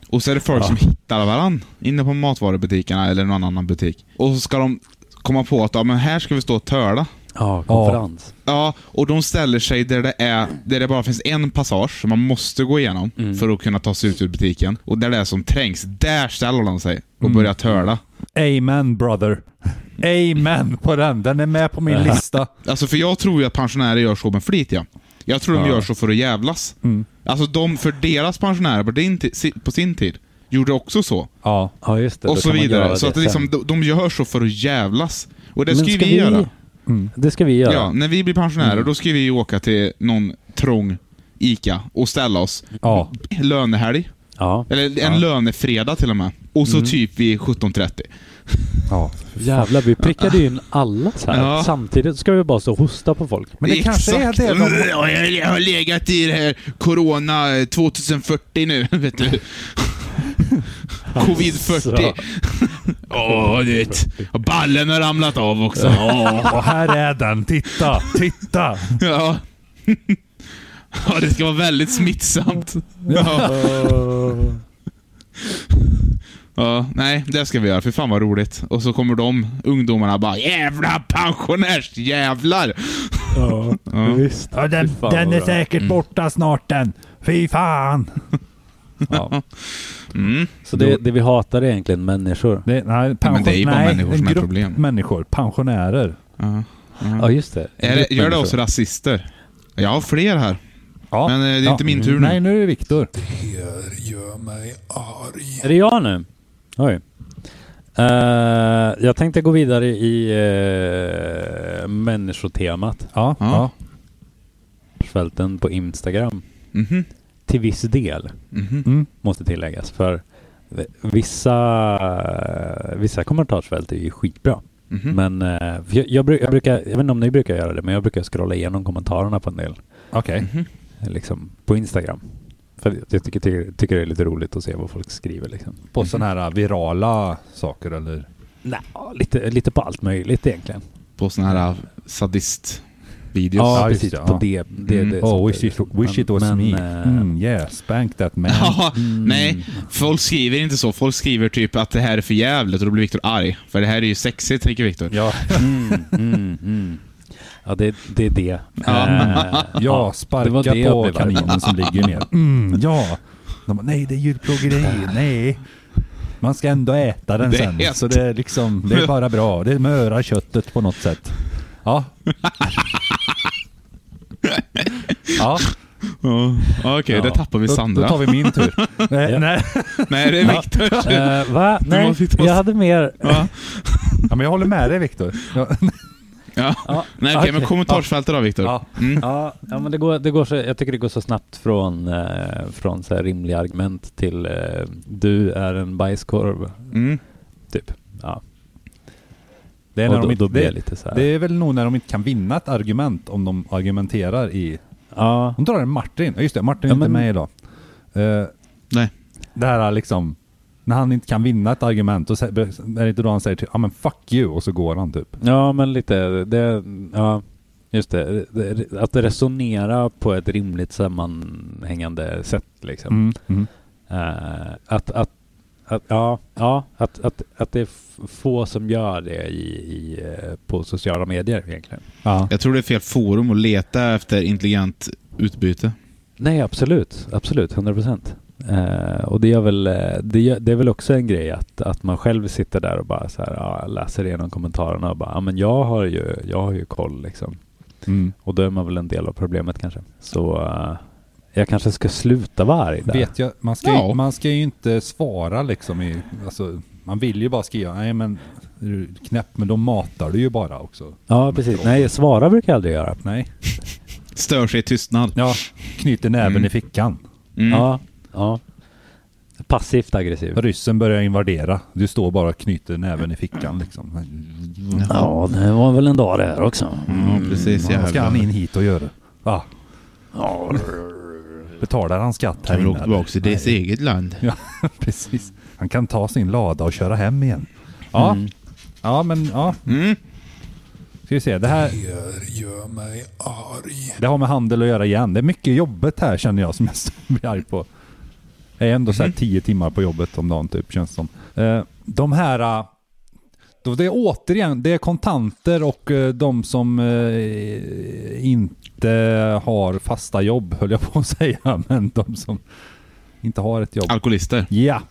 S1: och så är det folk
S3: Ja.
S1: som hittar varandra inne på matvarubutikerna eller någon annan butik. Och så ska de komma på att ja, men här ska vi stå och töla.
S3: ja, konferens.
S1: Ja, och de ställer sig där det, är, där det bara finns en passage som man måste gå igenom
S3: Mm.
S1: för att kunna ta sig ut ur butiken. Och där det är som trängs, där ställer de sig och börjar töla.
S2: Amen brother. Amen på den. Den är med på min lista.
S1: Alltså för jag tror ju att pensionärer gör så med flit ja. Jag tror de
S2: Ja.
S1: gör så för att jävlas.
S2: Mm.
S1: Alltså de, för deras pensionärer på, din, ti- si- på sin tid gjorde också så.
S2: Ja.
S3: Ja, just det.
S1: och
S3: Då
S1: så
S3: kan man göra
S1: vidare. Så att det
S3: sen.
S1: liksom, de, de gör så för att jävlas. Och det
S3: Men
S1: ska ju vi, göra.
S2: Mm.
S3: Det ska vi göra.
S1: Ja, när vi blir pensionärer
S3: Mm.
S1: då ska vi ju åka till någon trång ICA och ställa oss.
S2: Ja.
S1: Lönehelg.
S3: Ja. Mm.
S1: Eller en lönefredag till och med. Och så typ vid 17.30.
S2: ja.
S3: Jävlar, vi prickade ju in alla så här.
S1: Ja.
S3: Samtidigt ska vi bara stå och hosta på folk.
S2: Men det kanske är det de...
S1: Ja, jag- Jag har legat i det här Corona eh, 2040 nu, vet du. Covid-40. Åh, du vet. Och Ballen har ramlat av också. Åh.
S2: Och här är den. Titta, titta.
S1: Ja. Ja, det ska vara väldigt smittsamt. Ja. ja, nej, det ska vi göra. För fan vad roligt. Och så kommer de ungdomarna bara Jävla pensionärsjävlar!
S3: Ja,
S1: Ja.
S3: visst.
S2: Ja, den,
S3: Fy fan, den vad är bra.
S2: säkert borta snart den. Fy fan.
S3: Ja.
S1: Mm.
S3: Så det, det vi hatar är egentligen människor.
S2: Det, nej,
S1: men det är ju bara
S2: nej,
S1: människor
S2: en
S1: som är
S2: grupp
S1: problemet.
S2: Människor. Pensionärer.
S1: Ja.
S3: Ja, just det.
S1: Är det, gör det oss rasister? Jag har fler här.
S2: Ja.
S1: Men eh, det är inte min tur nu.
S2: Nej, nu är det Viktor.
S5: Här gör mig arg.
S3: Är det jag nu? Oj. Eh, jag tänkte gå vidare i eh, människotemat.
S2: Ja.
S1: Ja.
S2: ja.
S3: Svälten på Instagram.
S1: Mhm.
S3: Till viss del.
S1: Mhm.
S2: Mm.
S3: måste tilläggas. För vissa, vissa kommentarsfält är ju skitbra.
S1: Mhm.
S3: Men eh, för jag, jag, bru- jag brukar, jag vet inte om ni brukar göra det, men jag brukar scrolla igenom kommentarerna på en del.
S2: Okej.
S1: Mhm.
S3: eh, Liksom, på Instagram. För jag tycker, tycker, tycker det är lite roligt att se vad folk skriver. Liksom.
S2: På sådana här uh, virala saker eller?
S3: Nej, lite, lite på allt möjligt egentligen.
S1: På såna här sadist-videos.
S3: Ja,
S2: Ja, just
S3: precis.
S2: det, ja.
S3: På det, det,
S1: Mm.
S3: det
S2: Oh,
S3: sånt
S2: wish
S3: där,
S2: it,
S3: liksom.
S2: wish it was
S3: Men,
S2: me.
S3: eh,
S2: Mm, yeah, spank that man.
S1: Ja, Mm. nej. Folk skriver inte så. Folk skriver typ att det här är för jävligt och då blir Viktor arg. För det här är ju sexigt, tänker Viktor.
S2: Ja,
S3: Mm, mm, mm. Ja, det, det är det. Eh,
S2: ja
S3: det var
S2: sparka
S3: det jag
S2: på
S3: blev arg på.
S2: kaninen som ligger ner. Mm, ja. De bara, nej, det är djurplågeri. Nej. Man ska ändå äta den
S1: Det är
S2: sen.
S1: helt-
S2: Så det är liksom, det är bara bra. Det mörar köttet på något sätt. Ja. Ja,
S1: Ja, Okej, det tappar vi
S2: då,
S1: Sandra.
S2: Då tar vi min tur. Nej,
S3: Ja.
S2: nej.
S1: Nej, det är Viktor.
S3: Eh, va? Nej,
S1: måste hitta oss.
S3: jag hade mer...
S1: Ja.
S2: Ja, men jag håller med dig Viktor. Ja.
S1: Ja.
S3: Ja,
S1: Nej, okej,
S3: okej.
S1: men kommentarsfältet då Viktor.
S2: Ja.
S1: Mm.
S3: Ja, ja men det går, det går så, jag tycker det går så snabbt från, eh, från så här rimliga argument till eh, du är en bajskorv,
S1: Mm.
S3: typ. Ja.
S2: Det, är
S3: Och
S2: när
S3: då,
S2: de
S3: då
S2: inte,
S3: blir
S2: det,
S3: jag lite så här.
S2: det är väl nog när de inte kan vinna ett argument om de argumenterar i
S3: ja.
S2: De drar en Martin. Ja, Just det, Martin är
S3: Ja,
S2: inte
S3: men-
S2: med idag. Eh,
S1: Nej.
S2: det här är liksom, när han inte kan vinna ett argument, och är det inte då han säger till ja men fuck you, och så går han typ.
S3: ja, men lite, det, ja, just det, det. Att resonera på ett rimligt sammanhängande sätt
S2: Mm.
S3: liksom.
S2: Mm.
S3: Eh, att, att, att, ja, ja, att, att, att det är f- få som gör det i, i, eh, på sociala medier egentligen.
S2: Ja.
S1: Jag tror det är fel forum att leta efter intelligent utbyte.
S3: Nej, absolut. Absolut, 100 procent. och det, gör väl, eh, det, gör, det är väl också en grej att, att man själv sitter där och bara så här, ja, läser igenom kommentarerna och bara, ja men jag har ju, jag har ju koll liksom.
S2: Mm.
S3: Och då är man väl en del av problemet kanske. Så eh, jag kanske ska sluta vara arg där.
S2: Vet jag, man ska,
S1: Ja.
S2: ju, man ska ju inte svara liksom i, alltså, man vill ju bara skriva, nej men är du knäpp, men då matar du ju bara också.
S3: Ja, precis. Nej, svara brukar jag aldrig göra.
S2: Nej.
S1: Stör sig i tystnad.
S2: Ja, knyter näven
S1: Mm.
S2: i fickan.
S1: Mm.
S3: Ja, ja. Passivt aggressiv.
S2: Ryssen börjar invadera. Du står bara och knyter näven i fickan liksom.
S3: Ja, det var väl en dag det här också. Mm.
S1: Ja, precis.
S2: Vad ska
S1: jävlar.
S2: han in hit och göra? Ja.
S3: Ja,
S2: Ah, Betalar han skatt
S4: Han
S2: här
S4: vill åka
S2: inne?
S4: tillbaka till dess eget land.
S2: Precis. Han kan ta sin lada och köra hem igen. Ja,
S3: Mm.
S2: ja men ja.
S1: Mm.
S2: Ska vi se. Det här
S5: Det här gör mig arg.
S2: det har med handel att göra igen. Det är mycket jobbet här känner jag som jag blir arg på. Jag är ändå så här tio timmar på jobbet om dagen typ känns det som. Eh, de här... eh, Då det är återigen, det är kontanter och eh, de som eh, inte har fasta jobb höll jag på att säga. Men de som inte har ett jobb.
S1: Alkoholister.
S2: Ja.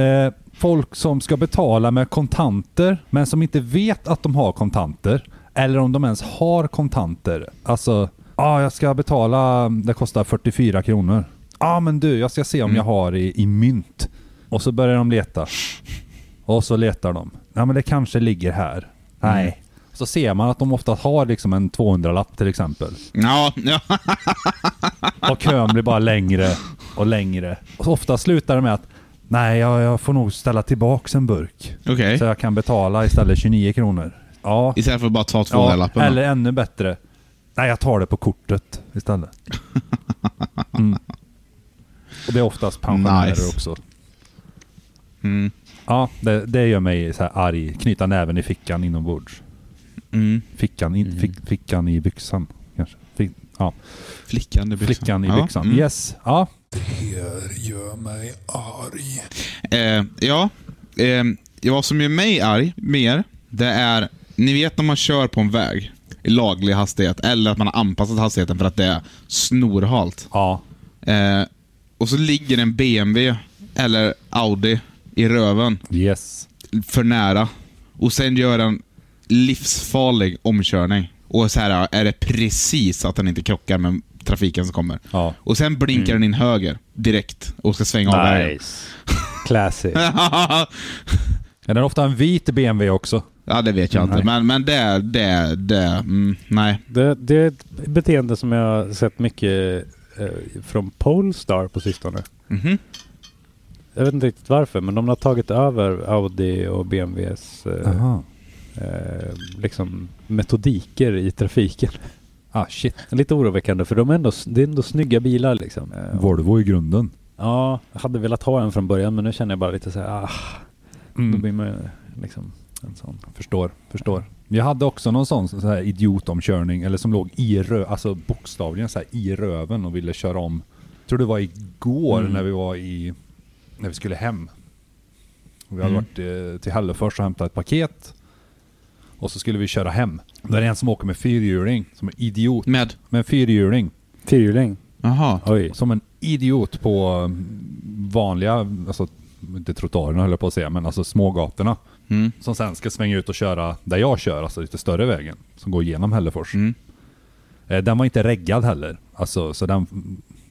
S2: Eh, folk som ska betala med kontanter, men som inte vet att de har kontanter. Eller om de ens har kontanter. Alltså, ja ah, jag ska betala, mm, det kostar 44 kronor. Ja ah, men du, jag ska se om jag har i, i mynt. Och så börjar de leta. Och så letar de. Ja men det kanske ligger här. Nej. Så ser man att de ofta har liksom en 200-lapp till exempel.
S1: Ja, ja.
S2: Och kön blir bara längre och längre. Och ofta slutar det med att nej, jag, jag får nog ställa tillbaks en burk.
S1: okej.
S2: Så jag kan betala istället 29 kronor. Ja,
S1: Istället för att bara ta
S2: ja
S1: 200-lappen.
S2: eller ännu bättre. Nej, jag tar det på kortet istället. Mm. Och det är oftast pensionärer
S1: Nice.
S2: också.
S1: Mm.
S2: Ja, det, det gör mig så här arg. Knyta näven i fickan inombords.
S1: Mm.
S2: Fickan, i, fick, fickan i byxan kanske. Fick, ja.
S1: Flickan i byxan.
S2: Flickan i
S1: Ja,
S2: byxan.
S1: mm.
S2: Yes. Ja.
S5: Det här gör mig arg.
S1: Eh, ja, eh, vad som gör mig arg mer, det är, ni vet när man kör på en väg i laglig hastighet, eller att man har anpassat hastigheten för att det är snorhalt.
S2: Ja.
S1: Eh, och så ligger en BMW eller Audi i röven
S2: Yes.
S1: för nära och sen gör en livsfarlig omkörning. Och så här är det precis att den inte krockar med trafiken som kommer.
S2: Ja.
S1: Och sen blinkar den in höger direkt och ska svänga av vägen.
S3: Mm. Nice. Classic.
S2: Är den ofta en vit BMW också?
S1: Ja, det vet jag inte.
S2: Nej.
S1: Men, men det, det, det, mm, nej.
S3: Det, det är ett beteende som jag har sett mycket eh, från Polestar på sistone.
S1: Mhm.
S3: Jag vet inte riktigt varför, men de har tagit över Audi och BMWs eh,
S2: Jaha.
S3: eh, liksom metodiker i trafiken.
S2: Ah shit.
S3: Lite oroväckande, för de är ändå, s- det är ändå snygga bilar liksom. Eh,
S2: Volvo i grunden.
S3: Ja, jag hade velat ha en från början, men nu känner jag bara lite så här, ah,
S2: Mm.
S1: Mm.
S3: då blir man ju liksom en sån.
S2: Förstår, förstår. Jag hade också någon sån, så här idiotomkörning, eller som låg i rö, alltså bokstavligen så här i röven och ville köra om. Tror det var igår
S3: Mm.
S2: när vi var i, när vi skulle hem. Och Vi hade
S1: Mm.
S2: varit eh, till Hällefors och hämtat ett paket. Och så skulle vi köra hem. Då är det en som åker med fyrhjuling, som en idiot.
S1: Med?
S2: Med en fyrhjuling.
S3: Fyrhjuling?
S1: Jaha.
S3: Oj.
S2: Som en idiot på mm, vanliga, alltså inte trottoarerna höll jag på att säga, men alltså smågatorna.
S1: Mm.
S2: Som sen ska svänga ut och köra där jag kör, alltså lite större vägen. Som går igenom Hällefors.
S1: Mm.
S2: Eh, Den var inte reggad heller. Alltså, så den,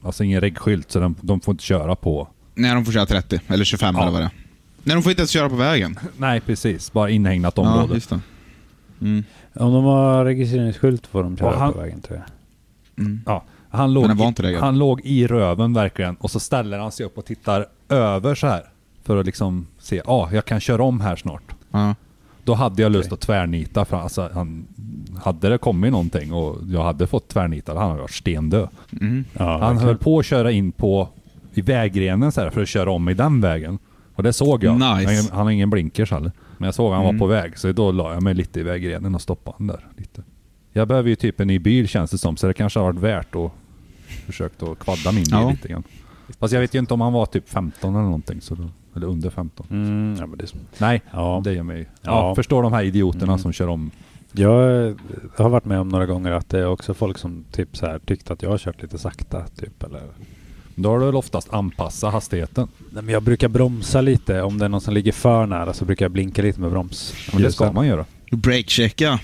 S2: alltså ingen reggskylt, så den, de får inte köra på.
S1: När de får köra 30, eller 25
S2: Ja.
S1: eller vad det är. Nej, de får inte ens köra på vägen.
S2: Nej precis, bara inhägnat
S1: Ja,
S2: område.
S1: just det. Mm.
S3: Om de har registreringsskylt får de
S2: Och
S3: köra
S2: han-
S3: på vägen tror jag.
S1: Mm.
S2: Ja, han, låg,
S1: Men den var
S2: i-
S1: inte reggad.
S2: han låg i röven verkligen och så ställer han sig upp och tittar över så här. För att liksom se, ja ah, jag kan köra om här snart.
S1: Ja.
S2: Då hade jag lust att tvärnita. För alltså, han, hade det kommit någonting och jag hade fått tvärnita, då hade han varit stendöd.
S1: Mm.
S3: Ja,
S2: han höll på att köra in på i vägrenen så här, för att köra om i den vägen. Och det såg jag.
S1: Nice. Mm.
S2: Han, han har ingen blinkers heller. Men jag såg att han var på väg, så då la jag mig lite i vägrenen och stoppade han där. Lite. Jag behöver ju typ en ny bil känns det som, så det kanske har varit värt att försökt att kvadda min bil
S1: Ja.
S2: lite grann. Fast jag vet ju inte om han var typ 15 eller någonting, så då, eller under 15.
S3: Mm, ja, men det är så.
S2: Nej,
S3: Ja.
S2: det gör mig... Ja,
S3: Ja.
S2: förstår de här idioterna som kör om.
S3: Jag eh, har varit med om några gånger att det är också folk som typ så här tyckte att jag har kört lite sakta. Typ, eller...
S2: Då har du väl oftast anpassa hastigheten.
S3: Nej, men jag brukar bromsa lite. Om det är någon som ligger för nära så brukar jag blinka lite med broms.
S2: Men det ska man göra.
S1: Breakchecka.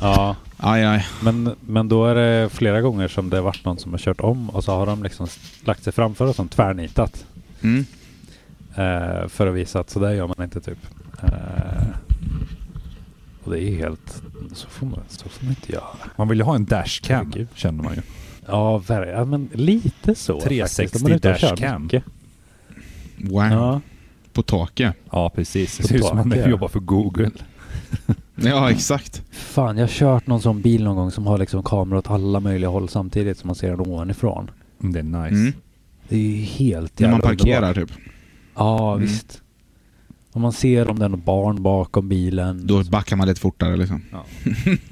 S3: Ja,
S1: Aj, aj.
S3: men, men då är det flera gånger som det har varit någon som har kört om och så har de liksom s- lagt sig framför och som tvärnitat.
S1: Mm.
S3: Eh, för att visa att sådär gör man inte typ. Eh, och det är helt... Så får man, så får man inte göra.
S2: Man vill ju ha en dashcam,
S3: Herregud.
S2: känner man ju.
S3: Ja, ver- ja men lite så.
S2: 360
S3: faktiskt. De är ute och kör
S2: dashcam.
S3: mycket.
S1: Mm. Wow.
S3: Ja.
S1: På taket.
S2: Ja, precis. Det ser ut som att
S3: Potatis.
S2: man jobbar för Google. Mm,
S1: Ja, exakt.
S3: Fan, jag har kört någon sån bil någon gång som har liksom kameror åt alla möjliga håll samtidigt som man ser den ovanifrån.
S2: Mm, Det är nice.
S1: Mm.
S3: Det är ju helt
S1: När
S3: jävla
S1: man parkerar
S3: underbart.
S1: typ.
S3: Ja,
S1: Mm.
S3: visst. Om man ser om det är något barn bakom bilen.
S1: Då backar man lite fortare liksom.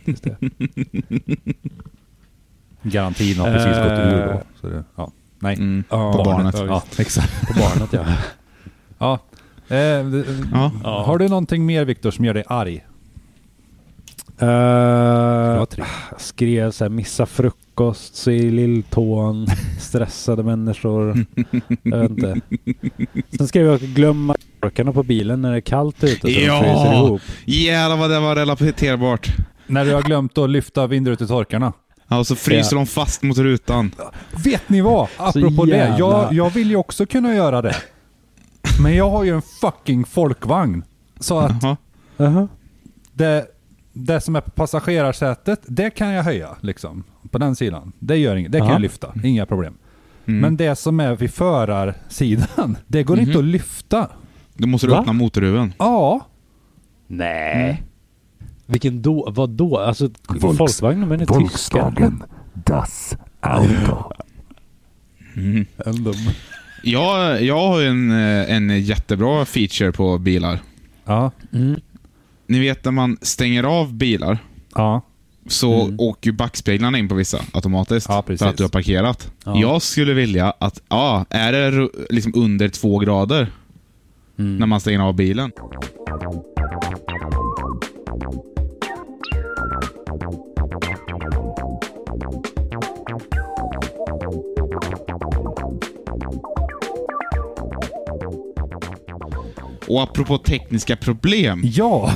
S3: Just det.
S2: Garantin har precis gått ur
S3: Eh.
S2: då. Så det, ja. Nej.
S1: Mm.
S3: Ja,
S1: På barnet.
S2: Ja, exakt.
S3: På barnet ja.
S2: Ja. Eh, d-
S1: Ja.
S3: Ja.
S2: Har du någonting mer Viktor som gör dig arg?
S3: Eh,
S2: tre.
S3: skrev så här, missa frukost, så i lilltån, stressade människor. Jag vet inte. Sen skrev jag glömma korkarna på bilen när det är kallt ute så
S1: Ja!
S3: de fryser ihop.
S1: Jävlar vad det var relaterbart.
S2: När du har glömt att lyfta vindrutetorkarna.
S1: Ja, och så fryser de fast mot rutan.
S2: Vet ni vad? Apropå det.
S3: jävla-
S2: Jag, jag vill ju också kunna göra det. Men jag har ju en fucking folkvagn. Så att
S1: Jaha.
S3: Jaha.
S2: det, det som är på passagerarsätet, det kan jag höja liksom. På den sidan. Det gör inget. Det kan
S3: Ja.
S2: jag lyfta. Inga problem.
S1: Mm.
S2: Men det som är vid förarsidan, det går
S3: Mhm.
S2: inte att lyfta.
S1: Då måste du
S3: Va?
S1: öppna motorhuven.
S2: Ja,
S3: Nej. Mm. Vilken då? Vad då? Alltså
S6: Volks-
S3: Volkswagen, men är tyska.
S6: Volkswagen Das Auto.
S1: Jag, jag har ju en, eh, en jättebra feature på bilar.
S2: ja,
S3: Mm.
S1: Ni vet när man stänger av bilar
S2: ja.
S1: så
S3: Mm.
S1: åker ju backspeglarna in på vissa automatiskt
S2: Ja, precis.
S1: för att du har parkerat.
S3: Ja.
S1: Jag skulle vilja att, ja, är det ru- liksom under två grader när man stänger av bilen. Och apropå tekniska problem.
S2: Ja,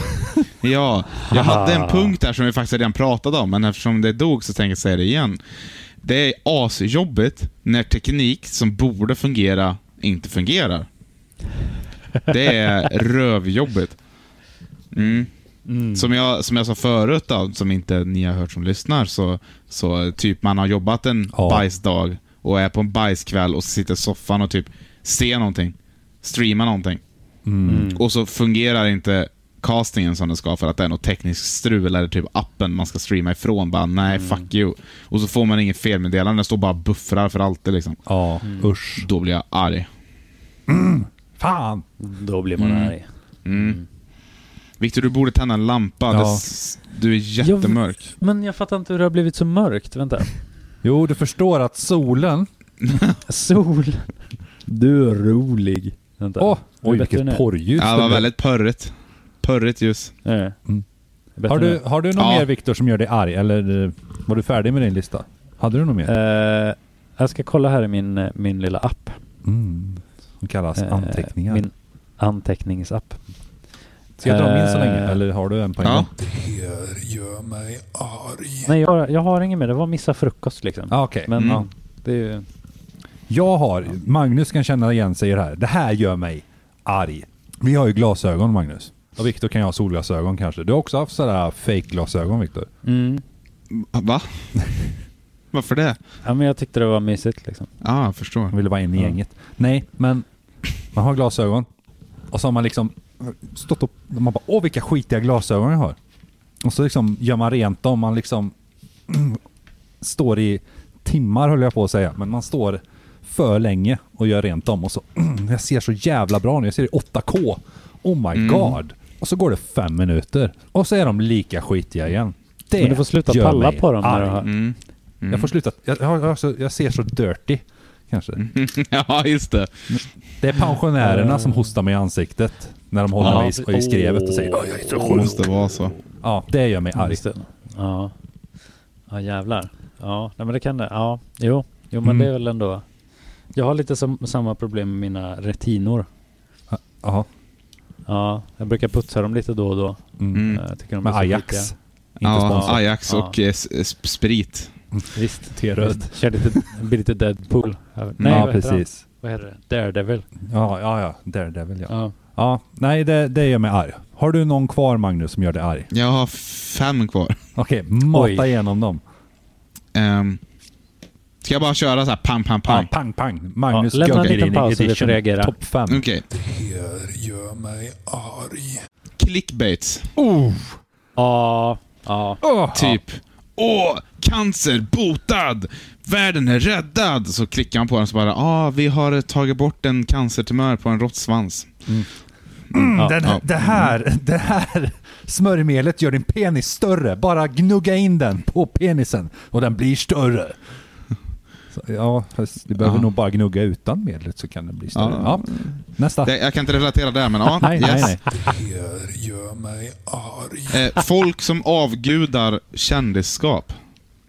S1: Ja, jag hade en punkt där som vi faktiskt redan pratade om, men eftersom det dog så tänker jag säga det igen. Det är asjobbigt när teknik som borde fungera inte fungerar. Det är rövjobbigt. Mm. Som, jag, som jag sa förut då, som inte ni har hört som lyssnar, så, så typ man har jobbat en
S2: Ja.
S1: bajsdag och är på en bajskväll och sitter i soffan och typ ser någonting, streamar någonting. Och så fungerar inte castingen som den ska för att det är något tekniskt strul eller typ appen man ska streama ifrån bara nej, fuck you. Och så får man inget felmeddelande, den står bara och buffrar för alltid liksom.
S2: ja. usch.
S1: Då blir jag arg.
S2: Fan!
S3: Då blir man arg.
S1: Mm. Viktor, du borde tända en lampa.
S2: Ja.
S1: Det s- Du är jättemörk.
S3: Men jag fattar inte hur det har blivit så mörkt. Vänta.
S2: Jo, du förstår att solen...
S3: Sol. Du är rolig. Vänta.
S2: Åh, oj,
S3: bättre nu.
S2: vilket porrljus
S1: Ja, det var
S2: blev.
S1: väldigt pörrigt. Pörrigt ljus.
S3: Eh.
S2: Mm.
S3: Bättre
S2: Har du,
S3: nu.
S2: har du något
S1: Ja.
S2: mer Viktor som gör dig arg? Eller eh, var du färdig med din lista? Hade du något mer?
S3: Eh, jag ska kolla här i min, eh, min lilla app.
S2: Mm. Som kallas
S3: Eh,
S2: anteckningar.
S3: Min anteckningsapp.
S2: Ska jag dra min så
S3: eh,
S2: länge? Eller har du en på en
S1: Ja.
S2: gång?
S5: Det här gör mig arg.
S3: Nej, jag, jag har ingen mer. Det var missa frukost liksom.
S2: Ja, Ah, okej.
S3: Men
S1: Mm.
S3: ja, det är ju...
S2: Jag har, Magnus kan känna igen sig i det här. Det här gör mig arg. Vi har ju glasögon Magnus. Och Viktor kan ju ha solglasögon kanske. Du har också haft sådär fake-glasögon Viktor.
S3: Mm.
S1: Va? Varför det?
S3: Ja, men jag tyckte det var mysigt liksom.
S1: Ja, jag förstår.
S2: Han ville vara en i
S3: Ja.
S2: gänget. Nej, men man har glasögon. Och så har man liksom stått upp och man bara åh vilka skitiga glasögon jag har. Och så liksom gör man rent dem. Man liksom står i timmar höll jag på att säga. Men man står för länge och gör rent dem. Och så jag ser så jävla bra nu. Jag ser i 8K. Oh my
S3: Mm.
S2: god. Och så går det fem minuter. Och så är de lika skitiga igen. Det
S3: Men du får sluta
S2: gör
S3: palla
S2: mig
S3: på dem. När
S2: arg.
S3: du har...
S1: Mm.
S2: Jag får sluta. Jag, jag, har också- jag ser så dirty. Kanske.
S3: Mm.
S1: ja, just det.
S2: Det är pensionärerna som hostar mig i ansiktet när de håller
S1: Ja.
S2: mig i, i skrevet och säger
S3: Åh.
S2: "Oj, oj, oj."
S1: Det måste vara så.
S2: Ja, det gör mig arg.
S3: Just det. Ja. Ja jävlar. Ja, nej, men det kan det. Ja, jo. Jo men
S2: Mm.
S3: det är väl ändå. Jag har lite sam- samma problem med mina retinor.
S2: Jaha.
S3: Ja, jag brukar putsa dem lite då och då.
S2: Mm.
S1: Mm.
S3: Jag tycker de
S2: Med
S3: är så
S2: Ajax.
S3: skitiga.
S2: Inte
S1: Ja,
S2: sponsrat.
S1: Ajax och eh, s- s- sprit.
S3: Visst.
S2: T-röd.
S3: Visst. Kör lite, blir lite Deadpool. Nej,
S2: ja,
S3: vad heter han?
S2: precis.
S3: Vad heter det? Daredevil.
S2: Ja, ja, ja. Daredevil ja.
S3: Ja.
S2: Ja, nej det, det gör mig arg. Har du någon kvar Magnus som gör dig arg?
S1: Jag har fem kvar.
S2: Okej, mata
S3: Oj.
S2: igenom dem.
S1: Um, ska jag bara köra så här pang, pang,
S2: Pang,
S1: pang?
S2: pang, pang. Magnus
S3: Ja, lämna en liten
S2: Göggrin
S3: paus så vi får
S2: edition.
S3: reagera. Mm.
S2: Topp 5.
S1: Okej.
S5: Det här gör mig arg.
S1: Clickbaits.
S2: Oh,
S3: Ja. Ja.
S1: Typ. Åh, cancer botad! Världen är räddad! Så klickar han på den och så bara, ah, vi har tagit bort en cancertumör på en råttsvans.
S3: Ja,
S2: Mm, Den,
S1: ja.
S2: Det, här, det här smörjmedlet gör din penis större. Bara gnugga in den på penisen och den blir större. Så, ja, fast du behöver
S1: Ja.
S2: nog bara gnugga utan medlet så kan den bli större. Ja.
S1: Ja.
S2: Nästa.
S1: Det, jag kan inte relatera där, men ja.
S2: nej, nej,
S1: yes.
S2: nej.
S5: Här gör mig arg.
S1: Eh, folk som avgudar kändisskap.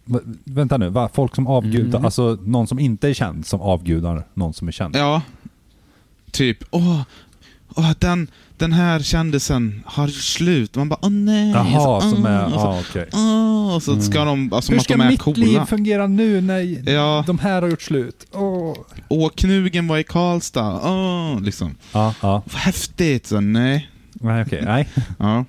S2: Va, vänta nu, va? folk som avgudar, alltså någon som inte är känd som avgudar någon som är känd.
S1: Mm. Ja. Typ, åh, åh den, den här kändisen har gjort slut. Man bara, åh nej.
S2: Jaha,
S1: så,
S2: som
S1: "Åh",
S2: är...
S1: och så,
S2: Ja, okej.
S1: "Åh", och så ska de, alltså, Mm. som
S2: Hur
S1: att
S2: ska
S1: de är
S2: mitt liv
S1: coola.
S2: fungera nu när
S1: Ja.
S2: de här har gjort slut? Åh.
S1: Åh, knugen var i Karlstad. Åh, liksom.
S2: Ja, ja.
S1: Vad häftigt. Så, nej.
S2: Nej, okej. Nej.
S1: Ja. Eh,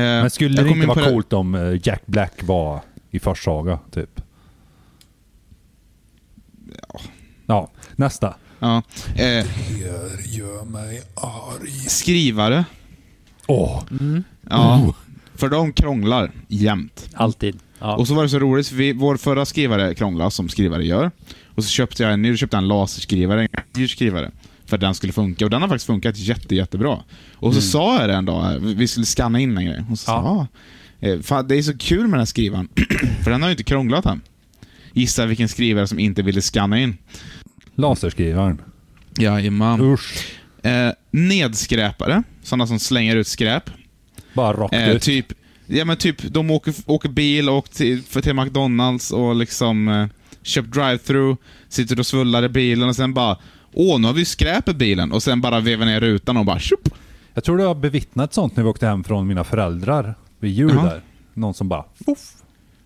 S2: Men skulle
S1: jag
S2: det
S1: kom
S2: inte
S1: in på
S2: vara coolt om eh, Jack Black var i Forssaga, typ? Ja, nästa.
S1: Ja. Eh,
S5: Här gör mig arg.
S1: skrivare.
S2: Åh,
S1: Ja.
S2: Oh.
S1: För de krånglar jämt.
S3: Alltid. Ja.
S1: Och så var det så roligt, för vi, vår förra skrivare krånglade, som skrivare gör. Och så köpte jag en ny, köpte jag en laserskrivare, en dyr skrivare. För att den skulle funka, och den har faktiskt funkat jätte, jättebra. Och så
S2: Mm.
S1: sa jag det en dag, här, vi vi skulle scanna in en grej, och så sa jag "Ah, eh, fan, det är så kul med den här skrivaren, för den har ju inte krånglat än. Gissa vilken skrivare som inte ville scanna in.
S2: laserskrivaren.
S1: Jajamän.
S2: Usch.
S1: Eh, nedskräpare, sådana som slänger ut skräp.
S2: Bara rakt
S1: Eh,
S2: ut.
S1: typ, ja men typ, de åker, åker bil och åker till, för till McDonalds och liksom eh, köper drive-through, sitter och svullar i bilen och sen bara Åh, nu har vi skräp i bilen och sen bara vevar ner rutan och bara tjopp.
S2: Jag tror du har bevittnat sånt när vi åkte hem från mina föräldrar vid jul
S1: Jaha.
S2: där. Någon som bara... Fuff.